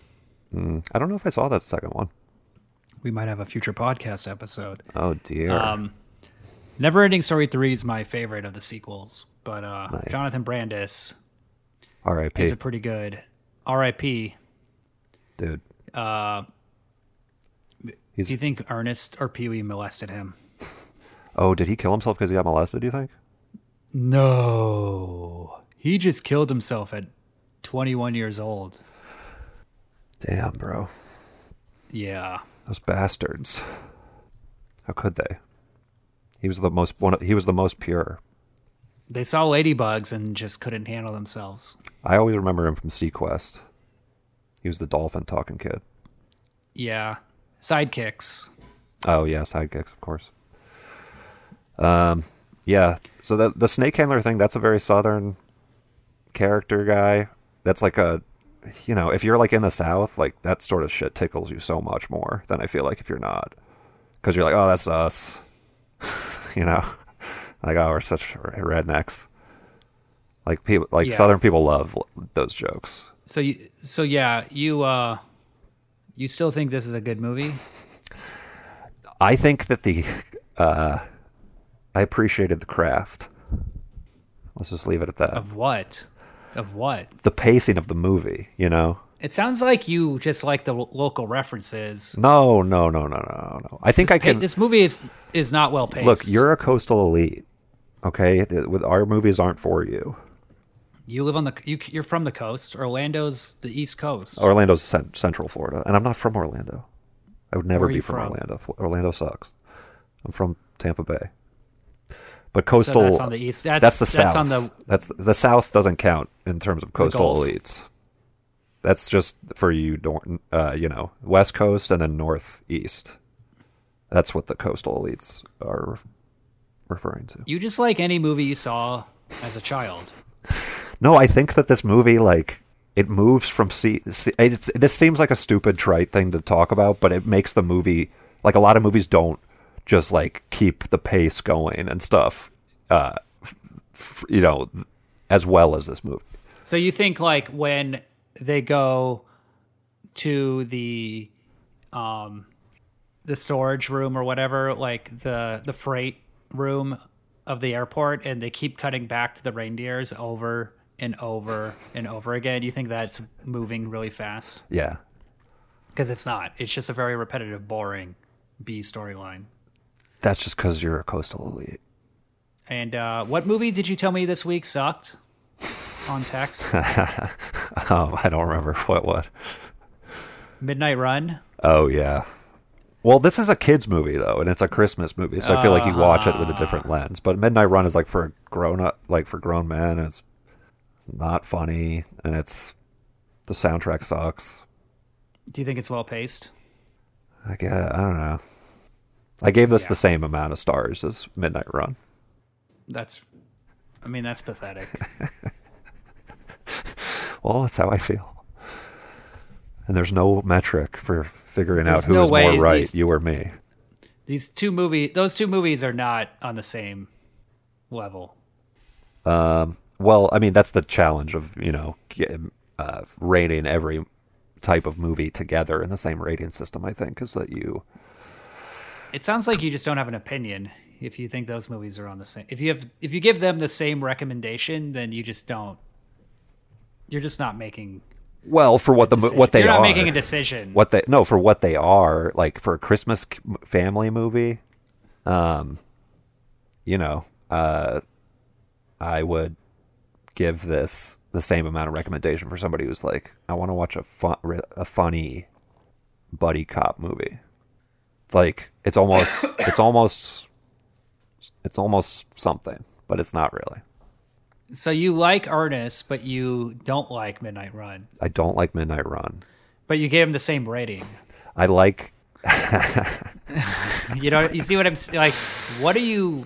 B: I don't know if I saw that second one.
A: We might have a future podcast episode.
B: Oh dear.
A: Um, Neverending Story three is my favorite of the sequels, but uh,
B: Nice.
A: Jonathan Brandis
B: R.I.P.
A: is a pretty good. R.I.P.
B: dude. Uh, he's.
A: Do you think Ernest or Pee Wee molested him?
B: oh, did he kill himself because he got molested? Do you think?
A: No, he just killed himself at twenty one years old.
B: Damn, bro.
A: Yeah.
B: Those bastards. How could they? He was the most one. of- He was the most pure.
A: They saw ladybugs and just couldn't handle themselves.
B: I always remember him from Sequest. He was the dolphin talking kid.
A: Yeah. Sidekicks.
B: Oh yeah, sidekicks, of course. Um, yeah. So the the snake handler thing. That's a very southern character guy. That's like a, you know, if you're like in the South, like that sort of shit tickles you so much more than I feel like if you're not, because you're like, oh, that's us, you know, like oh, we're such rednecks. Like people, like
A: Yeah.
B: southern people love l- those jokes.
A: So you, so yeah, you uh you still think this is a good movie?
B: I think that the uh, I appreciated the craft. Let's just leave it at that.
A: Of what? Of what?
B: The pacing of the movie, you know.
A: It sounds like you just like the lo- local references.
B: No, no, no, no, no, no. I think I
A: Hey,
B: can
A: this movie is is not well paced.
B: look. You're a coastal elite, okay? The, with our movies aren't for you.
A: you live on the you you're from the coast. Orlando's the East Coast.
B: Orlando's cent- central Florida, and I'm not from Orlando. I would never
A: Where are you
B: be from,
A: from?
B: Orlando. Fl- Orlando sucks. I'm from Tampa Bay, but
A: So
B: coastal.
A: that's on the East. That's,
B: That's the
A: that's
B: South.
A: on the
B: that's the, the South doesn't count in terms of coastal
A: Gulf.
B: elites. That's just for you, nor- uh, you know, West Coast and then Northeast. That's what the coastal elites are re- referring to.
A: you just like any movie you saw as a child.
B: No, I think that this movie like it moves from sea. sea it's, this seems like a stupid trite thing to talk about, but it makes the movie like a lot of movies don't just like keep the pace going and stuff. Uh, f- f- you know, as well as this movie.
A: So you think like when they go to the um the storage room or whatever, like the the freight room of the airport and they keep cutting back to the reindeers over and over and over again. You think that's moving really fast?
B: Yeah,
A: Cuz it's not. It's just a very repetitive boring B storyline.
B: That's just because you're a coastal elite.
A: And uh what movie did you tell me this week sucked? On text,
B: Um, I don't remember what what.
A: Midnight Run.
B: Oh yeah. Well, this is a kids movie though, and it's a Christmas movie, so I feel like you watch it with a
A: Ah.
B: different lens. But Midnight Run is like for grown up, like for grown men. It's not funny, and it's the soundtrack sucks.
A: Do you think it's well paced?
B: I get. I don't know. I gave this the same amount of stars as Midnight Run.
A: That's, I mean, that's pathetic.
B: Well, that's how I feel. And there's no metric for figuring
A: There's
B: out who
A: no
B: is
A: way
B: more right,
A: these-
B: you or me.
A: These two movie, those two movies are not on the same level.
B: Well, I mean, that's the challenge of you know g- uh, rating every type of movie together in the same rating system. I think is that you.
A: It sounds like you just don't have an opinion if you think those movies are on the same. If you have, if you give them the same recommendation, then you just don't. You're just not making.
B: Well, for what the mo-
A: decision-
B: what they
A: you're
B: are
A: not making a decision.
B: what they no for what they are like for a christmas c- family movie um you know uh i would give this the same amount of recommendation for somebody who's like i want to watch a fun a funny buddy cop movie it's like it's almost it's almost it's almost something but it's not really
A: So you like Ernest, but you don't like Midnight Run,
B: i don't like midnight run
A: but you gave him the same rating.
B: i like
A: You know, you see what I'm s- like? What are you?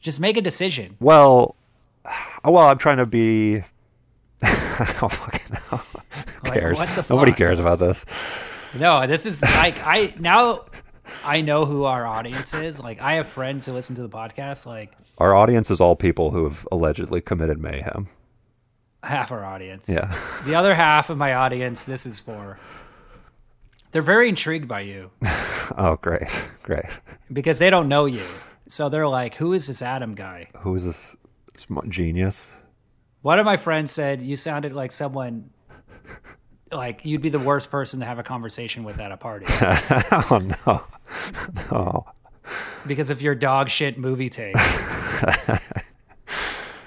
A: Just make a decision.
B: Well, oh, well, I'm trying to be. I don't fucking know. Who
A: Like,
B: cares?
A: what the
B: Nobody
A: fuck?
B: cares about this.
A: No, this is like I now I know who our audience is. Like I have friends who listen to the podcast. Like
B: Our audience is all people who have allegedly committed mayhem.
A: half our audience.
B: Yeah.
A: The other half of my audience, this is for. They're very intrigued by you
B: Oh, great, great.
A: because they don't know you. So they're like, "Who is this Adam guy?"
B: Who is this sm- genius?
A: One of my friends said you sounded like someone like you'd be the worst person to have a conversation with at a party
B: oh no, no.
A: because of your dog shit movie takes.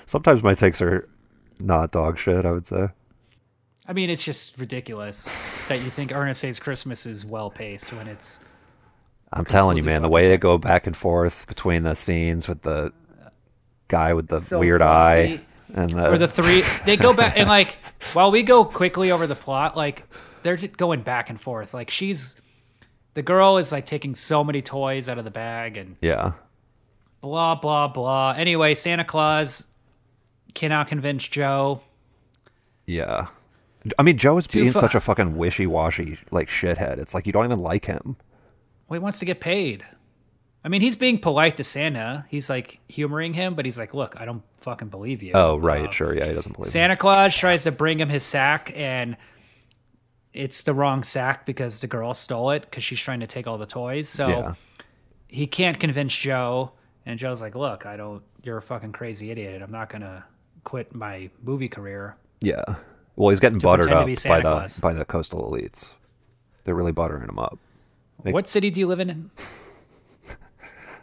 B: Sometimes my takes are not dog shit. I would say.
A: I mean, it's just ridiculous that you think Ernest Saves Christmas is well paced when it's
B: I'm telling you, man, the way they go back and forth between the scenes with the guy with the
A: So
B: weird eye
A: salty.
B: and
A: or the three they go back and like while we go quickly over the plot like they're just going back and forth like she's the girl is like taking so many toys out of the bag and
B: yeah.
A: blah blah blah anyway santa claus cannot convince joe
B: Yeah. I mean, Joe is being
A: fu-
B: such a fucking wishy-washy like shithead. It's like you don't even like him.
A: well, he wants to get paid i mean he's being polite to santa he's like humoring him but he's like look i don't fucking believe you
B: Oh, right, sure, yeah, he doesn't believe. him.
A: Santa Claus tries to bring him his sack, and it's the wrong sack because the girl stole it because she's trying to take all the toys. So
B: Yeah.
A: he can't convince Joe, and Joe's like, "Look, I don't. You're a fucking crazy idiot. I'm not gonna quit my movie career."
B: Yeah. Well, he's getting buttered
A: pretend to
B: up
A: be
B: by
A: Santa
B: the
A: Claus.
B: by the coastal elites. They're really buttering him up. Like-
A: what city do you live in?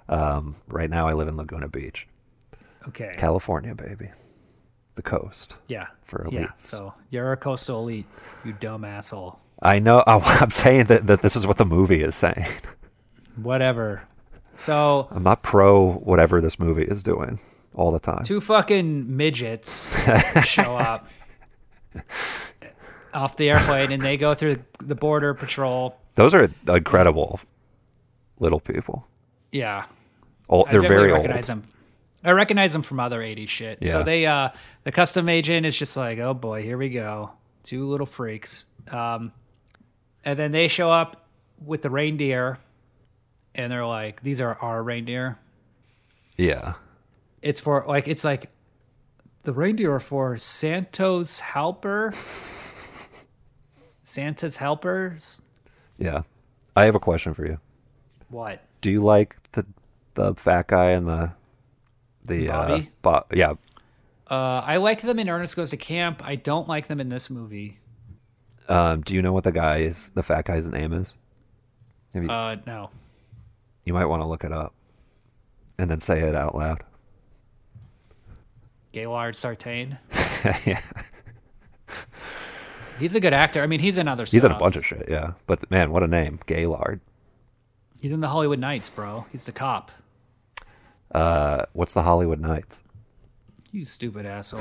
B: Right now, I live in Laguna Beach,
A: Okay,
B: California, baby, the coast.
A: yeah,
B: for
A: yeah.
B: elites.
A: So you're a coastal elite, you dumb asshole.
B: I know. Oh, I'm saying that, that this is what the movie is saying.
A: Whatever. So
B: I'm not pro whatever this movie is doing all the time.
A: two fucking midgets show up off the airplane and they go through the border patrol.
B: Those are incredible little people.
A: Yeah.
B: Old,
A: I
B: they're
A: definitely
B: very old.
A: recognize them. I recognize them from other 80s shit.
B: Yeah.
A: So they uh the custom agent is just like, "Oh boy, here we go. Two little freaks." Um and then they show up with the reindeer and they're like, "These are our reindeer."
B: Yeah.
A: it's for like it's like the reindeer are for Santos helper. Santa's helpers?
B: Yeah. I have a question for you.
A: What?
B: Do you like the the fat guy and the the uh
A: Bobby?
B: bo- yeah.
A: Uh, I like them in Ernest Goes to Camp. I don't like them in this movie.
B: Um do you know what the guy is the fat guy's name is? Have you,
A: Uh, no.
B: you might want to look it up and then say it out loud.
A: Gaylord Sartain.
B: yeah.
A: He's a good actor. I mean, he's in other
B: He's in
A: stuff.
B: a bunch of shit, yeah. But man, what a name. Gaylord.
A: He's in the Hollywood Nights, bro. He's the cop.
B: Uh what's the Hollywood Nights?
A: You stupid asshole.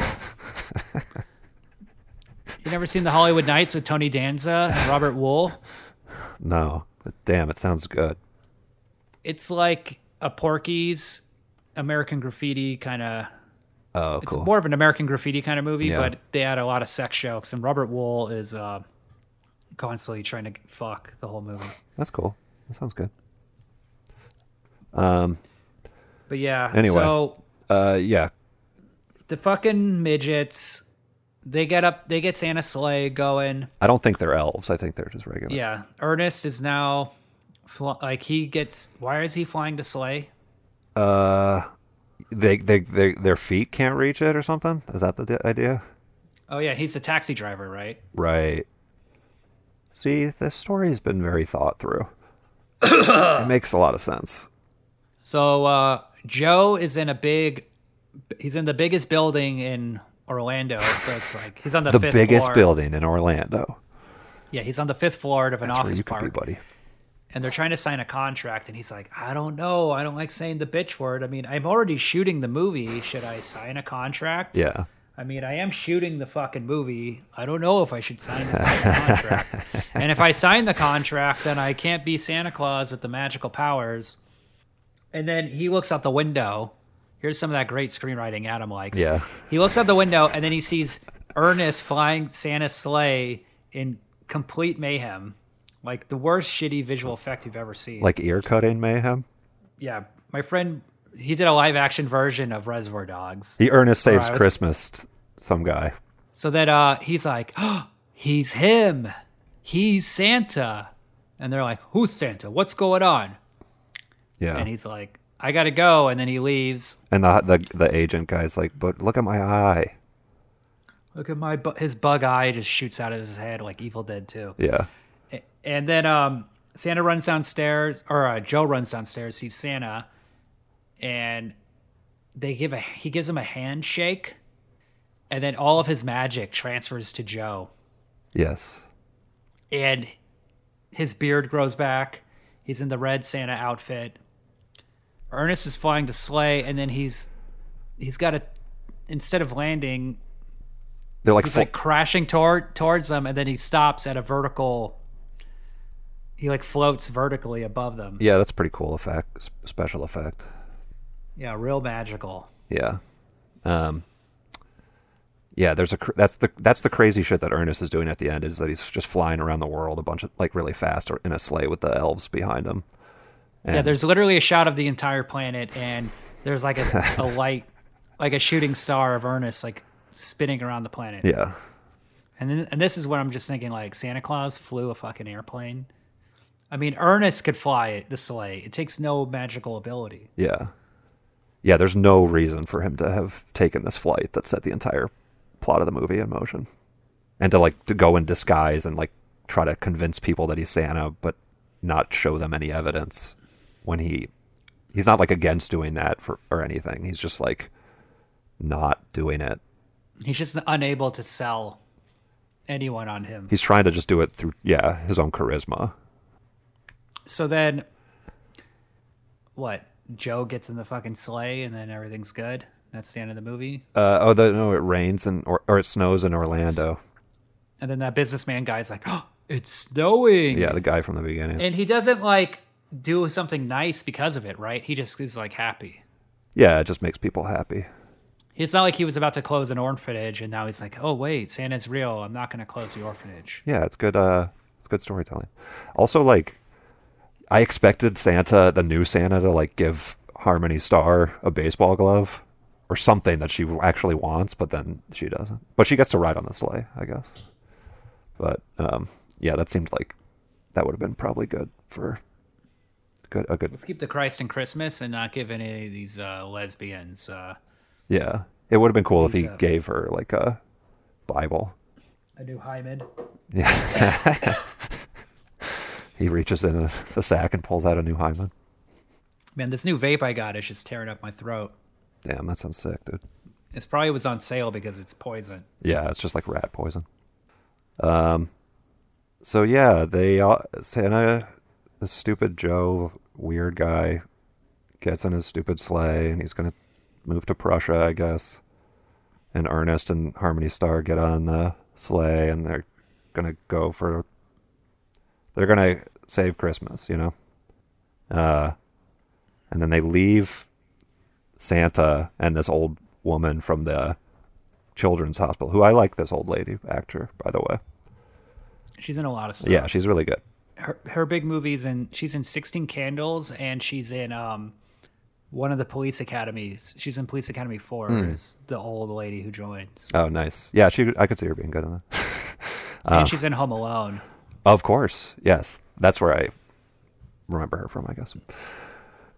A: you never seen the Hollywood Nights with Tony Danza and Robert Wool?
B: No. Damn, it sounds good.
A: It's like a Porky's American Graffiti kind of
B: Oh,
A: it's
B: cool.
A: more of an American graffiti kind of movie,
B: Yeah.
A: but they had a lot of sex jokes, and Robert Wool is uh, constantly trying to fuck the whole movie.
B: That's cool. That sounds good.
A: But yeah,
B: Anyway.
A: so
B: Uh yeah.
A: the fucking midgets, They get up. They get Santa's sleigh going.
B: I don't think they're elves. I think they're just regular.
A: Yeah, Ernest is now, fl- like he gets. Why is he flying the sleigh?
B: Uh, They, they, they, their feet can't reach it or something. Is that the di- idea?
A: Oh yeah, he's a taxi driver, right?
B: Right. See, this story's been very thought through. it makes a lot of sense.
A: So uh, Joe is in a big. He's in the biggest building in Orlando. So it's like he's on the,
B: The
A: fifth
B: biggest
A: floor.
B: building in Orlando.
A: Yeah, he's on the fifth floor of an
B: That's where
A: office
B: you could be,
A: park,
B: buddy.
A: and they're trying to sign a contract. And he's like, "I don't know. I don't like saying the bitch word. I mean, I'm already shooting the movie. Should I sign a contract?
B: Yeah.
A: I mean, I am shooting the fucking movie. I don't know if I should sign the fucking contract. and if I sign the contract, then I can't be Santa Claus with the magical powers. And then he looks out the window. Here's some of that great screenwriting Adam likes.
B: Yeah.
A: He looks out the window and then he sees Ernest flying Santa's sleigh in complete mayhem. Like the worst shitty visual effect you've ever seen.
B: Like ear cutting mayhem.
A: yeah. My friend, he did a live action version of Reservoir Dogs.
B: The Ernest saves
A: Alright, let's-
B: Christmas. Some guy.
A: So that uh, he's like, oh, he's him. He's Santa. And they're like, who's Santa? What's going on?
B: Yeah.
A: And he's like, I got to go. And then he leaves.
B: And the, the the agent guy's like, but look at my eye.
A: Look at my, bu- his bug eye just shoots out of his head like Evil Dead 2.
B: Yeah.
A: A- And then um, Santa runs downstairs, or uh, Joe runs downstairs, sees Santa, and they give a, he gives him a handshake. And then all of his magic transfers to Joe.
B: Yes.
A: and his beard grows back. He's in the red Santa outfit. Ernest is flying the sleigh, and then he's he's got a instead of landing,
B: They're like,
A: he's
B: fl-
A: like crashing toward towards them, and then he stops at a vertical. He like floats vertically above them. Yeah,
B: yeah, that's pretty cool effect, s- special effect.
A: real magical.
B: Yeah. Um Yeah, there's a cr- that's the that's the crazy shit that Ernest is doing at the end is that he's just flying around the world a bunch of like really fast or in a sleigh with the elves behind him.
A: Yeah, there's literally a shot of the entire planet, and there's like a, a light, like a shooting star of Ernest, like spinning around the planet.
B: Yeah.
A: And then, and this is what I'm just thinking like Santa Claus flew a fucking airplane. I mean, Ernest could fly it the sleigh. It takes no magical ability.
B: Yeah. Yeah, there's no reason for him to have taken this flight that set the entire plot of the movie in motion. And to like to go in disguise and like try to convince people that he's Santa but not show them any evidence when he he's not like against doing that for or anything. He's just like not doing it.
A: He's just unable to sell anyone on him.
B: He's trying to just do it through yeah, his own charisma.
A: So then what? Joe gets in the fucking sleigh and then everything's good. That's the end of the movie.
B: Uh, oh the, no, it rains and or, or it snows in Orlando.
A: And then that businessman guy's like, "Oh, it's snowing."
B: Yeah, the guy from the beginning.
A: And he doesn't like do something nice because of it, right? He just is like happy.
B: yeah, it just makes people happy.
A: It's not like he was about to close an orphanage and now he's like, oh, wait, Santa's real. I'm not going to close the orphanage.
B: Yeah, it's good. Uh, it's good storytelling. Also, like, I expected Santa, the new Santa, to like give Harmony Star a baseball glove or something that she actually wants, but then she doesn't. But she gets to ride on the sleigh, I guess. But um, yeah, that seemed like that would have been probably good for good a good
A: Let's keep the Christ in Christmas and not give any of these uh, lesbians. Uh,
B: yeah. It would have been cool if he
A: He's, uh,
B: gave her like a Bible.
A: a new hymen.
B: He reaches in the sack and pulls out a new hymen.
A: Man, this new vape I got is just tearing up my throat.
B: Damn, that sounds sick, dude.
A: It's probably was on sale because it's poison.
B: Yeah, it's just like rat poison. Um, so yeah, they all, Santa, the stupid Joe, weird guy, gets in his stupid sleigh and he's gonna move to Prussia, I guess. And Ernest and Harmony Star get on the sleigh and they're gonna go for. They're gonna save Christmas, you know. Uh, and then they leave Santa and this old woman from the children's hospital who i like this old lady actor by the way
A: She's in a lot of stuff.
B: yeah she's really good
A: Her, her big movies and she's in 16 Candles and she's in um, one of the police academies. She's in Police Academy Four.
B: Hmm.
A: Is the old lady who joins,
B: Oh, nice. Yeah, she. I could see her being good in that. Ah.
A: and she's in Home Alone.
B: Of course, yes. That's where I remember her from, I guess.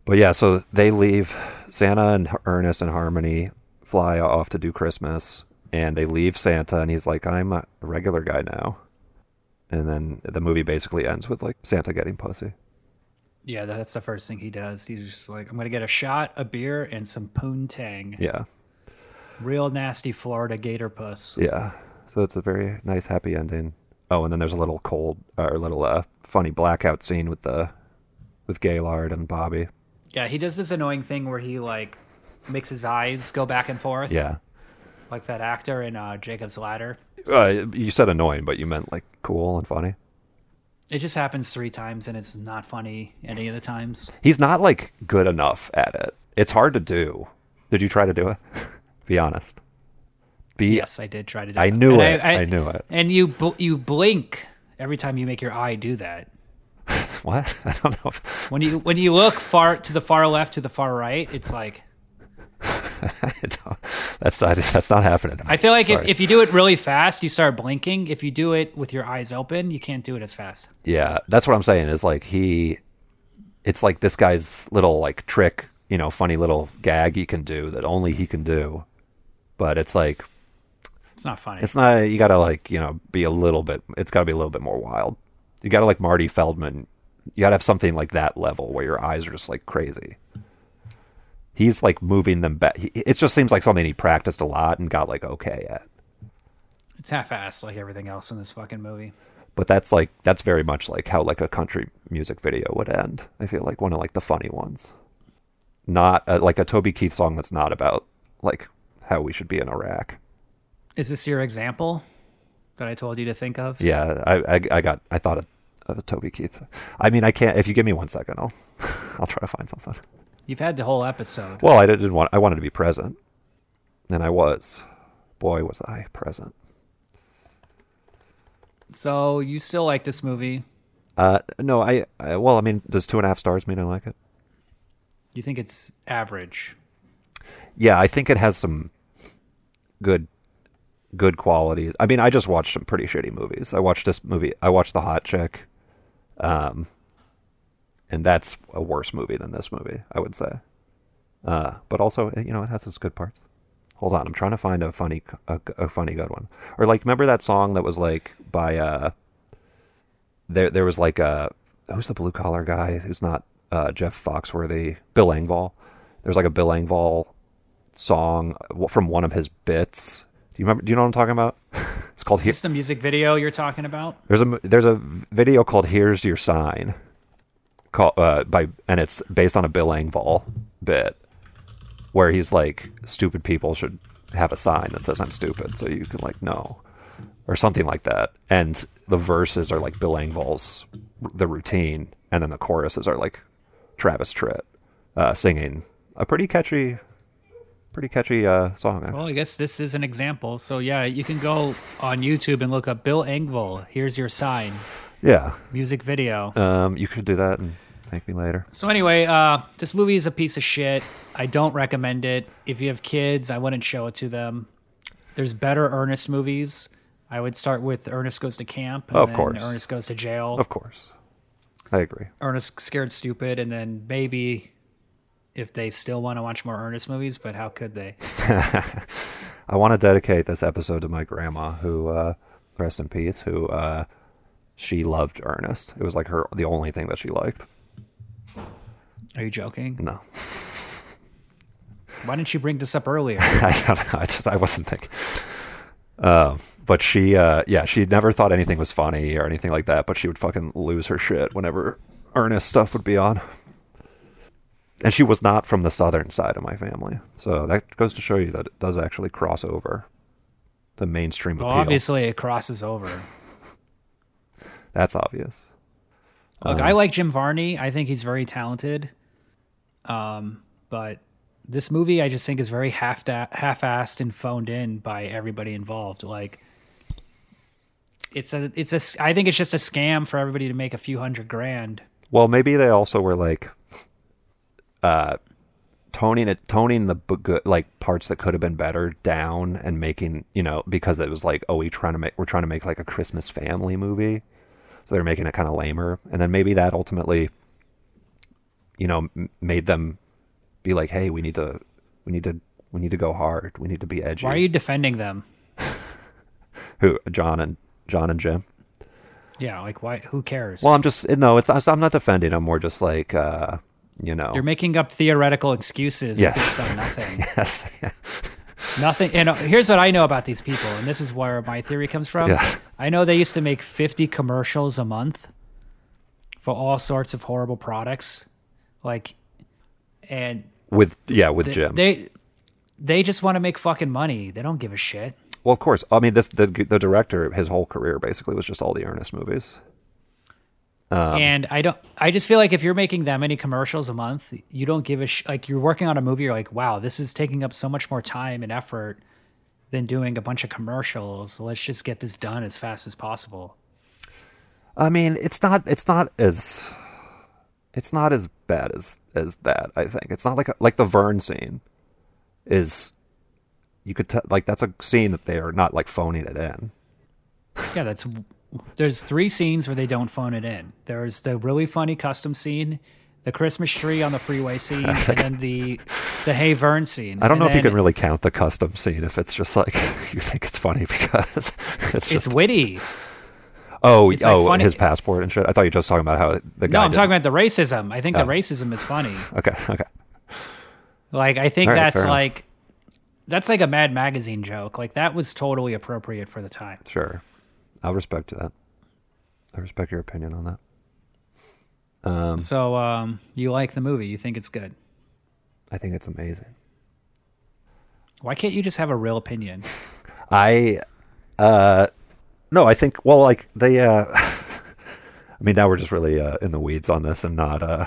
B: But yeah, so they leave. Santa and H- Ernest and Harmony fly off to do Christmas, and they leave Santa, and he's like, "I'm a regular guy now." And then the movie basically ends with like Santa getting pussy.
A: Yeah, that's the first thing he does. He's just like, I'm gonna get a shot, a beer, and some poontang.
B: Yeah,
A: Real nasty Florida gator puss.
B: yeah. So it's a very nice happy ending. Oh, and then there's a little cold or little uh, funny blackout scene with the with Gaylord and Bobby.
A: Yeah, he does this annoying thing where he like makes his eyes go back and forth.
B: Yeah.
A: Like that actor in uh, Jacob's Ladder.
B: Uh, you said annoying, but you meant like cool and funny.
A: It just happens three times and it's not funny any of the times.
B: He's not like good enough at it. It's hard to do. Did you try to do it? Be honest. Be
A: Yes, I did try to do
B: I
A: that.
B: knew
A: And
B: it. I knew it.
A: And you bl- you blink every time you make your eye do that.
B: what? I don't know. If,
A: When you when you look far to the far left to the far right, it's like
B: I don't- that's not that's not happening. to me.
A: I feel like if,
B: Sorry.
A: if you do it really fast, you start blinking. If you do it with your eyes open, you can't do it as fast.
B: yeah, that's what I'm saying. Is like he, it's like this guy's little like trick, you know, funny little gag he can do that only he can do. But it's like
A: It's not funny.
B: It's not you gotta like, you know, be a little bit it's gotta be a little bit more wild. You gotta like Marty Feldman. You gotta have something like that level where your eyes are just like crazy. He's like moving them back. He- It just seems like something he practiced a lot and got like okay at.
A: It's half-assed like everything else in this fucking movie.
B: But that's like that's very much like how like a country music video would end. I feel like one of like the funny ones, not uh like a Toby Keith song that's not about like how we should be in Iraq.
A: Is this your example that I told you to think of?
B: Yeah, I, I, I got I thought of, of Toby Keith. I mean, I can't. If you give me one second, I'll I'll try to find something.
A: You've had the whole episode.
B: Well, I didn't want. I wanted to be present, and I was. Boy, was I present.
A: So you still like this movie.
B: Uh, no, I, I. Well, I mean, does two and a half stars mean I like it?
A: You think it's average.
B: Yeah, I think it has some good good qualities. I mean, I just watched some pretty shitty movies. I watched this movie. I watched The Hot Chick. Um, and that's a worse movie than this movie, I would say. Uh, but also, it- you know, it has its good parts. Hold on, I'm trying to find a funny, a, a funny good one. Or like, remember that song that was like by uh, there there was like a who's the blue collar guy who's not uh, Jeff Foxworthy, Bill Engvall. There's like a Bill Engvall song uh, from one of his bits. Do you remember? Do you know what I'm talking about? It's called Here.
A: Just the music video you're talking about?
B: There's a there's a video called "Here's Your Sign," call, uh, by and it's based on a Bill Engvall bit where he's like, "Stupid people should have a sign that says I'm stupid, so you can like know," or something like that. And the verses are like Bill Engvall's the routine, and then the choruses are like Travis Tritt uh, singing a pretty catchy, pretty catchy uh, song.
A: Well, I guess this is an example. So yeah, you can go on YouTube and look up Bill Engvall. Here's your sign.
B: yeah,
A: Music video.
B: um, you could do that and thank me later.
A: So anyway, uh, this movie is a piece of shit. I don't recommend it. If you have kids, I wouldn't show it to them. There's better Ernest movies. I would start with Ernest Goes to Camp. And
B: Of
A: then
B: course.
A: Ernest Goes to Jail.
B: Of course, I agree.
A: Ernest Scared Stupid, and then maybe if they still want to watch more Ernest movies, but how could they?
B: I want to dedicate this episode to my grandma, who uh, rest in peace, who uh, she loved Ernest. It was like her the only thing that she liked.
A: Are you joking?
B: No,
A: Why didn't you bring this up earlier?
B: I don't know. I just I wasn't thinking. Um, but she, uh, yeah, she never thought anything was funny or anything like that. But she would fucking lose her shit whenever Ernest stuff would be on. And she was not from the southern side of my family, so that goes to show you that it does actually cross over the mainstream
A: Well,
B: appeal.
A: obviously it crosses over.
B: That's obvious.
A: Look,
B: Uh-huh.
A: I like Jim Varney. I think he's very talented. Um, but this movie, I just think is very half half-assed and phoned in by everybody involved. Like, it's a it's a s- I think it's just a scam for everybody to make a few hundred grand.
B: Well, maybe they also were like, uh, toning it, toning the bu- good, like parts that could have been better down, and making you know because it was like, oh, we trying to make we're trying to make like a Christmas family movie, so they're making it kind of lamer, and then maybe that ultimately, you know, m- made them be like, hey, we need to, we need to, we need to go hard, we need to be edgy.
A: Why are you defending them?
B: Who John and John and Jim?
A: Yeah, like why? Who cares?
B: Well, I'm just no, it's I'm not defending. I'm more just like, uh, you know,
A: You're making up theoretical excuses
B: Yes.
A: based on nothing.
B: yes, yeah.
A: nothing. And uh, here's what I know about these people, and this is where my theory comes from.
B: Yeah.
A: I know they used to make 50 commercials a month for all sorts of horrible products, like, and
B: with yeah, with Jim.
A: they they just want to make fucking money. They don't give a shit.
B: Well, of course. I mean, this the the director, his whole career basically was just all the Ernest movies.
A: and I don't. I just feel like if you're making that many commercials a month, you don't give a sh- like. You're working on a movie. You're like, wow, this is taking up so much more time and effort than doing a bunch of commercials. Let's just get this done as fast as possible.
B: I mean, it's not it's not as it's not as bad as as that. I think it's not like a, like the Vern scene is. You could tell like that's a scene that they are not like phoning it in.
A: Yeah, that's. There's three scenes where they don't phone it in. There's the really funny custom scene, the Christmas tree on the freeway scene, and then the the Hey Vern scene.
B: I don't know if you
A: really.
B: can really count the custom scene if it's just like you think it's funny because it's
A: It's
B: just
A: witty.
B: oh
A: it's, like,
B: oh
A: funny.
B: his passport and shit. I thought you were just talking about how the guy.
A: No, I'm
B: did-
A: talking about the racism. I think
B: Oh.
A: the racism is funny.
B: Okay, okay.
A: Like I think
B: All right, fair
A: that's
B: enough.
A: like that's like a Mad Magazine joke. Like that was totally appropriate for the time.
B: Sure. I'll respect that. I respect your opinion on that.
A: So um, you like the movie? You think it's good?
B: I think it's amazing.
A: Why can't you just have a real opinion?
B: I uh no, I think well like they uh I mean now we're just really uh in the weeds on this and not uh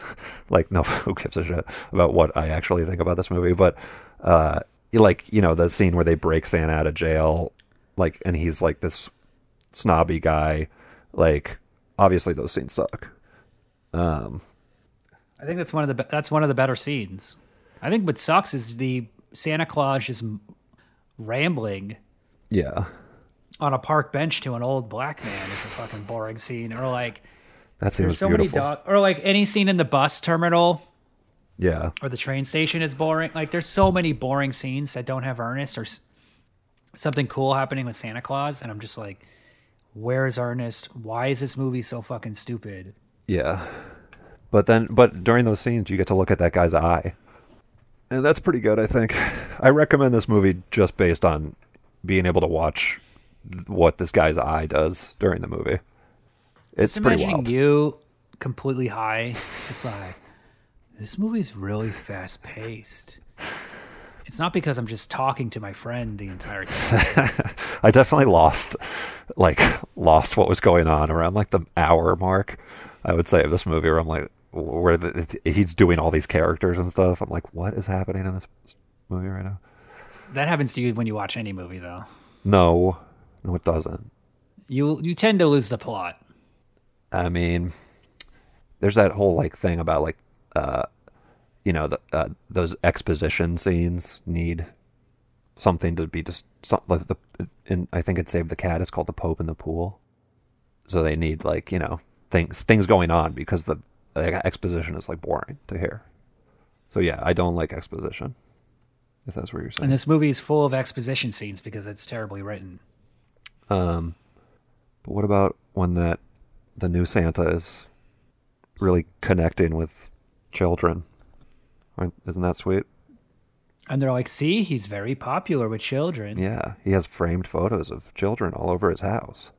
B: like no who gives a shit about what I actually think about this movie, but uh you like, you know, the scene where they break Santa out of jail, like and he's like this snobby guy, like obviously those scenes suck.
A: I think that's one of the be- that's one of the better scenes. I think what sucks is the Santa Claus is m- rambling
B: Yeah.
A: on a park bench to an old black man is a fucking boring scene. Or like
B: That
A: there's
B: seems
A: so
B: beautiful.
A: many dog. Or like any scene in the bus terminal
B: yeah.
A: or the train station is boring. Like there's so many boring scenes that don't have Ernest or s- something cool happening with Santa Claus, and I'm just like, where is Ernest? Why is this movie so fucking stupid?
B: Yeah. But then but during those scenes you get to look at that guy's eye. And that's pretty good, I think. I recommend this movie just based on being able to watch th- what this guy's eye does during the movie. It's
A: Just
B: pretty
A: imagining
B: wild.
A: you completely high, just like this movie's really fast paced. It's not because I'm just talking to my friend the entire time.
B: I definitely lost like lost what was going on around like the hour mark, I would say of this movie where I'm like where the, he's doing all these characters and stuff. I'm like what is happening in this movie right now?
A: that happens to you when you watch any movie, though.
B: No. No it doesn't.
A: You you tend to lose the plot.
B: I mean, there's that whole like thing about like, uh, you know, the, uh, those exposition scenes need something to be just some, like the. In, I think it saved the cat is called the Pope in the pool, so they need like you know things things going on because the like, exposition is like boring to hear. So yeah, I don't like exposition. If that's what you're saying.
A: And this movie is full of exposition scenes because it's terribly written.
B: Um, but what about when that the new Santa is really connecting with children? Aren't- Isn't that sweet?
A: And they're like, see, he's very popular with children.
B: Yeah, he has framed photos of children all over his house.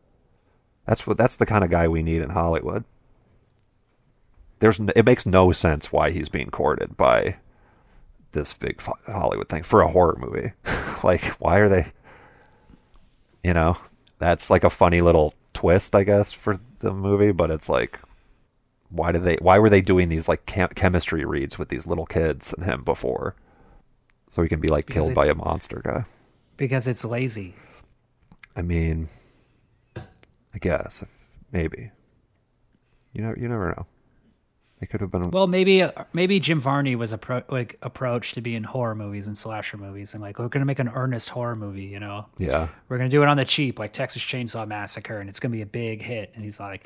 B: That's what that's the kind of guy we need in Hollywood. There's n- it makes no sense why he's being courted by this big fo- Hollywood thing for a horror movie. like why are they you know, that's like a funny little twist I guess for the movie, but it's like why did they why were they doing these like chem- chemistry reads with these little kids and him before? So he can be like
A: Because
B: killed by a
A: it's-
B: monster guy.
A: Because it's lazy.
B: I mean, I guess if, maybe. You know, you never know. It could have been.
A: Well, maybe maybe Jim Varney was appro- like approached to be in horror movies and slasher movies, and like we're gonna make an earnest horror movie, you know?
B: yeah.
A: We're gonna do it on the cheap, like Texas Chainsaw Massacre, and it's gonna be a big hit. And he's like,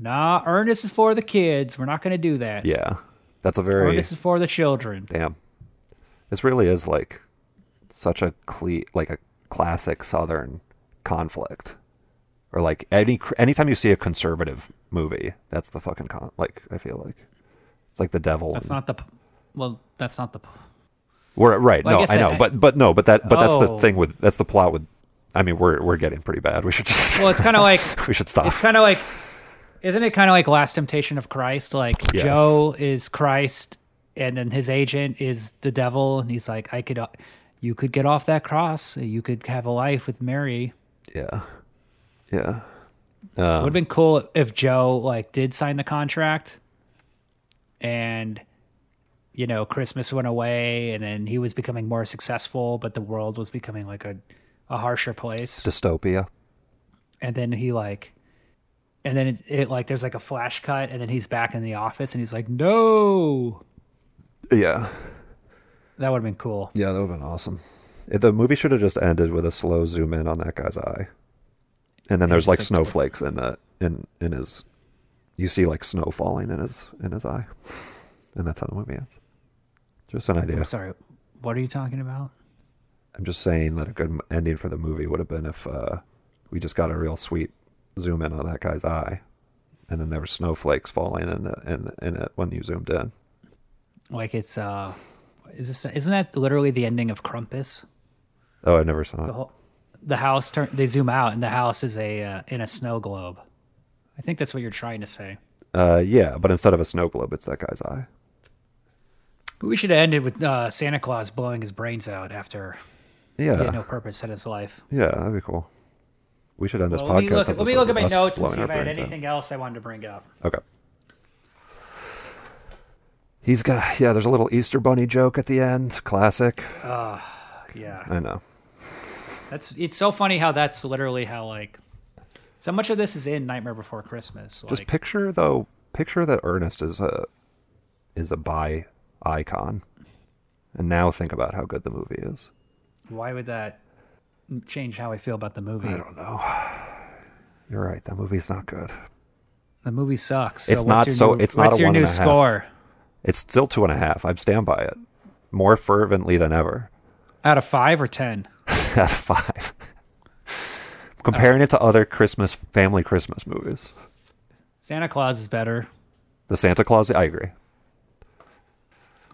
A: Nah, earnest is for the kids. We're not gonna do that.
B: Yeah. That's a very.
A: Earnest is for the children.
B: Damn. This really is like such a cle- like a classic southern conflict. Or like any cr- anytime you see a conservative movie, that's the fucking con- like I feel like it's like the devil.
A: That's
B: and-
A: not the. p- Well, that's not the. p-
B: We're right.
A: Like
B: no,
A: I
B: I,
A: said,
B: know,
A: I-
B: but but no, but that but that's the
A: Oh.
B: thing with that's the plot with. I mean, we're we're getting pretty bad. We should just
A: Well, it's kind of like
B: we should stop.
A: it's kind of like isn't it kind of like last temptation of christ like
B: Yes.
A: joe is christ and then his agent is the devil and he's like i could uh, you could get off that cross you could have a life with mary
B: yeah, yeah.
A: it would have been cool if joe like did sign the contract and you know christmas went away and then he was becoming more successful but the world was becoming like a a harsher place
B: Dystopia.
A: and then he like and then it, it like there's like a flash cut and then he's back in the office and he's like no
B: Yeah,
A: that would have been cool
B: yeah. That would have been awesome. It, the movie should have just ended with a slow zoom in on that guy's eye, and then there's like
A: Except-
B: snowflakes in the in in his. You see like snow falling in his in his eye, and that's how the movie ends. Just an idea.
A: i'm sorry what are you talking about
B: I'm just saying that a good m- ending for the movie would have been if uh, we just got a real sweet zoom in on that guy's eye, and then there were snowflakes falling in the, in, in it when you zoomed in.
A: like it's uh is this isn't that literally the ending of crumpus
B: Oh, I never saw
A: the,
B: it.
A: whole, the house turn they zoom out and the house is a uh, in a snow globe i think that's what you're trying to say
B: Uh, yeah, but instead of a snow globe, it's that guy's eye.
A: but we should have ended with uh, santa claus blowing his brains out after
B: Yeah,
A: he
B: yeah,
A: had no purpose in his life
B: that'd be cool. We should end this
A: well, let,
B: podcast.
A: me look, at- let me
B: episode
A: look at my
B: with us
A: notes and
B: blowing
A: see
B: our
A: if i had
B: brains out.
A: anything else i wanted to bring up
B: Okay. He's got yeah. There's a little Easter bunny joke at the end. Classic.
A: yeah
B: I know.
A: That's it's so funny how that's literally how like so much of this is in Nightmare Before Christmas. Like,
B: Just picture though, picture that Ernest is a is a bi icon, and now think about how good the movie is.
A: why would that change how I feel about the movie?
B: I don't know. You're right. That movie's not good.
A: The movie sucks. So
B: It's
A: what's
B: not
A: your
B: so-
A: New,
B: it's not
A: what's
B: a
A: your
B: one
A: new
B: and a half.
A: score
B: It's still two and a half. I stand by it more fervently than ever.
A: out of five or ten?
B: Out of five. Comparing it to other Christmas family Christmas movies,
A: Santa Claus is better.
B: the Santa Claus. I agree.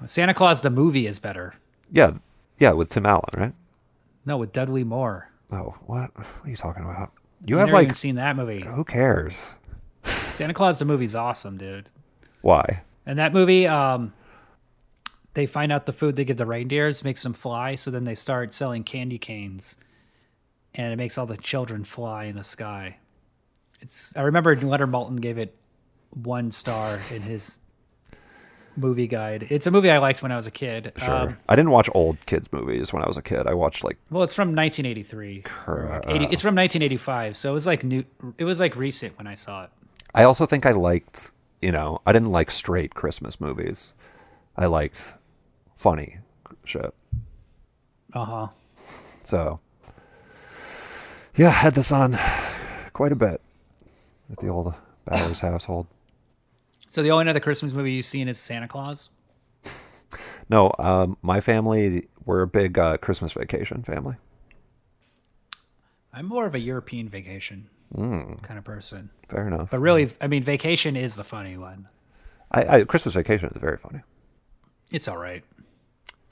A: Santa Claus the movie is better.
B: Yeah, yeah, with Tim Allen, right?
A: No, with Dudley Moore.
B: Oh, what? What are you talking about? You
A: I've
B: have
A: never
B: like
A: even seen that movie.
B: who cares?
A: Santa Claus the movie's awesome, dude.
B: Why?
A: And that movie, um, they find out the food they give the reindeers makes them fly. So then they start selling candy canes, and it makes all the children fly in the sky. It's I remember Leonard Maltin gave it one star in his movie guide. It's a movie I liked when I was a kid.
B: Sure.
A: Um,
B: I didn't watch old kids movies when I was a kid. I watched like
A: well, it's from 1983. or like 80 it's from 1985, so it was like new. It was like recent when I saw it.
B: I also think I liked, you know, I didn't like straight Christmas movies. I liked funny shit.
A: Uh huh.
B: So yeah, had this on quite a bit at the old Bowers household.
A: So the only other Christmas movie you've seen is Santa Claus.
B: No, um, my family were a big uh, Christmas vacation family.
A: I'm more of a European vacation kind of person.
B: Fair enough.
A: But really, I mean, vacation is the funny one.
B: I, I, Christmas vacation is very funny.
A: It's all right.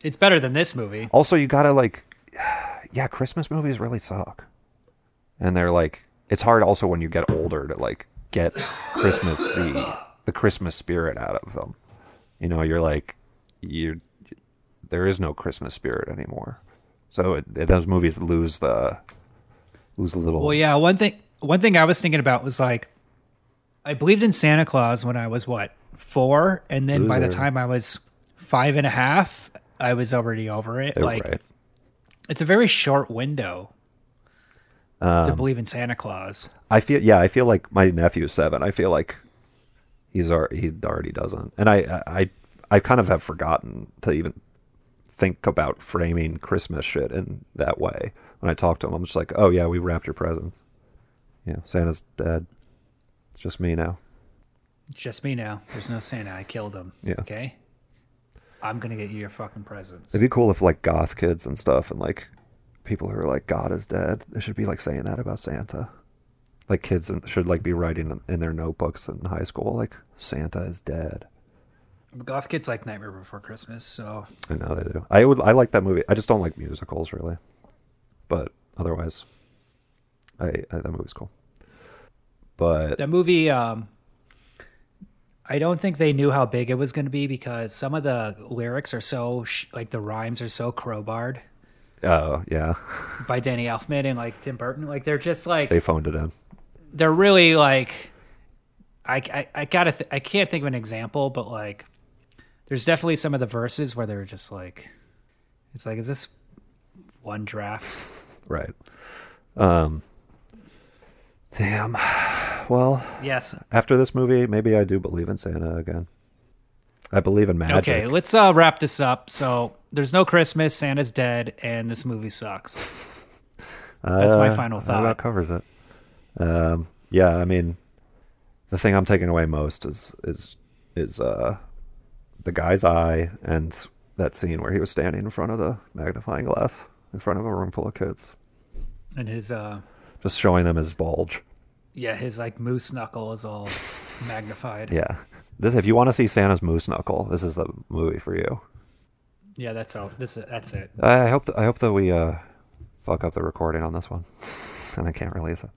A: It's better than this movie.
B: Also, you gotta like, yeah, Christmas movies really suck, and they're like, it's hard also when you get older to like get Christmassy, the Christmas spirit out of them. You know, you're like, you, there is no Christmas spirit anymore, so it, those movies lose the, lose a little.
A: Well, yeah. One thing, one thing I was thinking about was like, I believed in Santa Claus when I was what four, and then by the
B: Loser.
A: time I was five and a half, I was already over it.
B: They're
A: like,
B: right.
A: it's a very short window to believe in Santa Claus.
B: I feel yeah, I feel like my nephew's seven. I feel like He's ar- he already doesn't, and I I I kind of have forgotten to even think about framing Christmas shit in that way. When I talk to him, I'm just like, oh yeah, we wrapped your presents. Yeah, Santa's dead. It's just me now.
A: It's just me now. There's no Santa. I killed him.
B: Yeah.
A: Okay. I'm gonna get you your fucking presents.
B: It'd be cool if like goth kids and stuff and like people who are like God is dead, they should be like saying that about Santa. Like kids in- should like be writing in their notebooks in high school like Santa is dead.
A: Goth kids like Nightmare Before Christmas, so
B: I know they do. I would I like that movie. I just don't like musicals really. But otherwise I, I that movie's cool. But
A: that movie. Um, I don't think they knew how big it was gonna be because some of the lyrics are so sh- like the rhymes are so crowbarred
B: oh yeah,
A: by Danny Elfman and like Tim Burton. Like they're just like
B: they phoned it in.
A: they're really like I, I, I gotta th- I can't think of an example, but like there's definitely some of the verses where they're just like it's like is this one draft?
B: Right. Um Damn. Well,
A: yes.
B: after this movie, maybe I do believe in Santa again. I believe in magic.
A: Okay, let's uh, wrap this up. So there's no Christmas, Santa's dead, and this movie sucks. that's my
B: Uh,
A: final
B: that
A: thought.
B: about covers it. Um, yeah, I mean, the thing I'm taking away most is is is uh, the guy's eye and that scene where he was standing in front of the magnifying glass in front of a room full of kids,
A: And his uh
B: just showing them his bulge.
A: yeah, his like moose knuckle is all magnified.
B: Yeah, this if you want to see Santa's moose knuckle, this is the movie for you.
A: Yeah, that's all. This that's it.
B: I I hope th- I hope that we uh, fuck up the recording on this one, and I can't release it.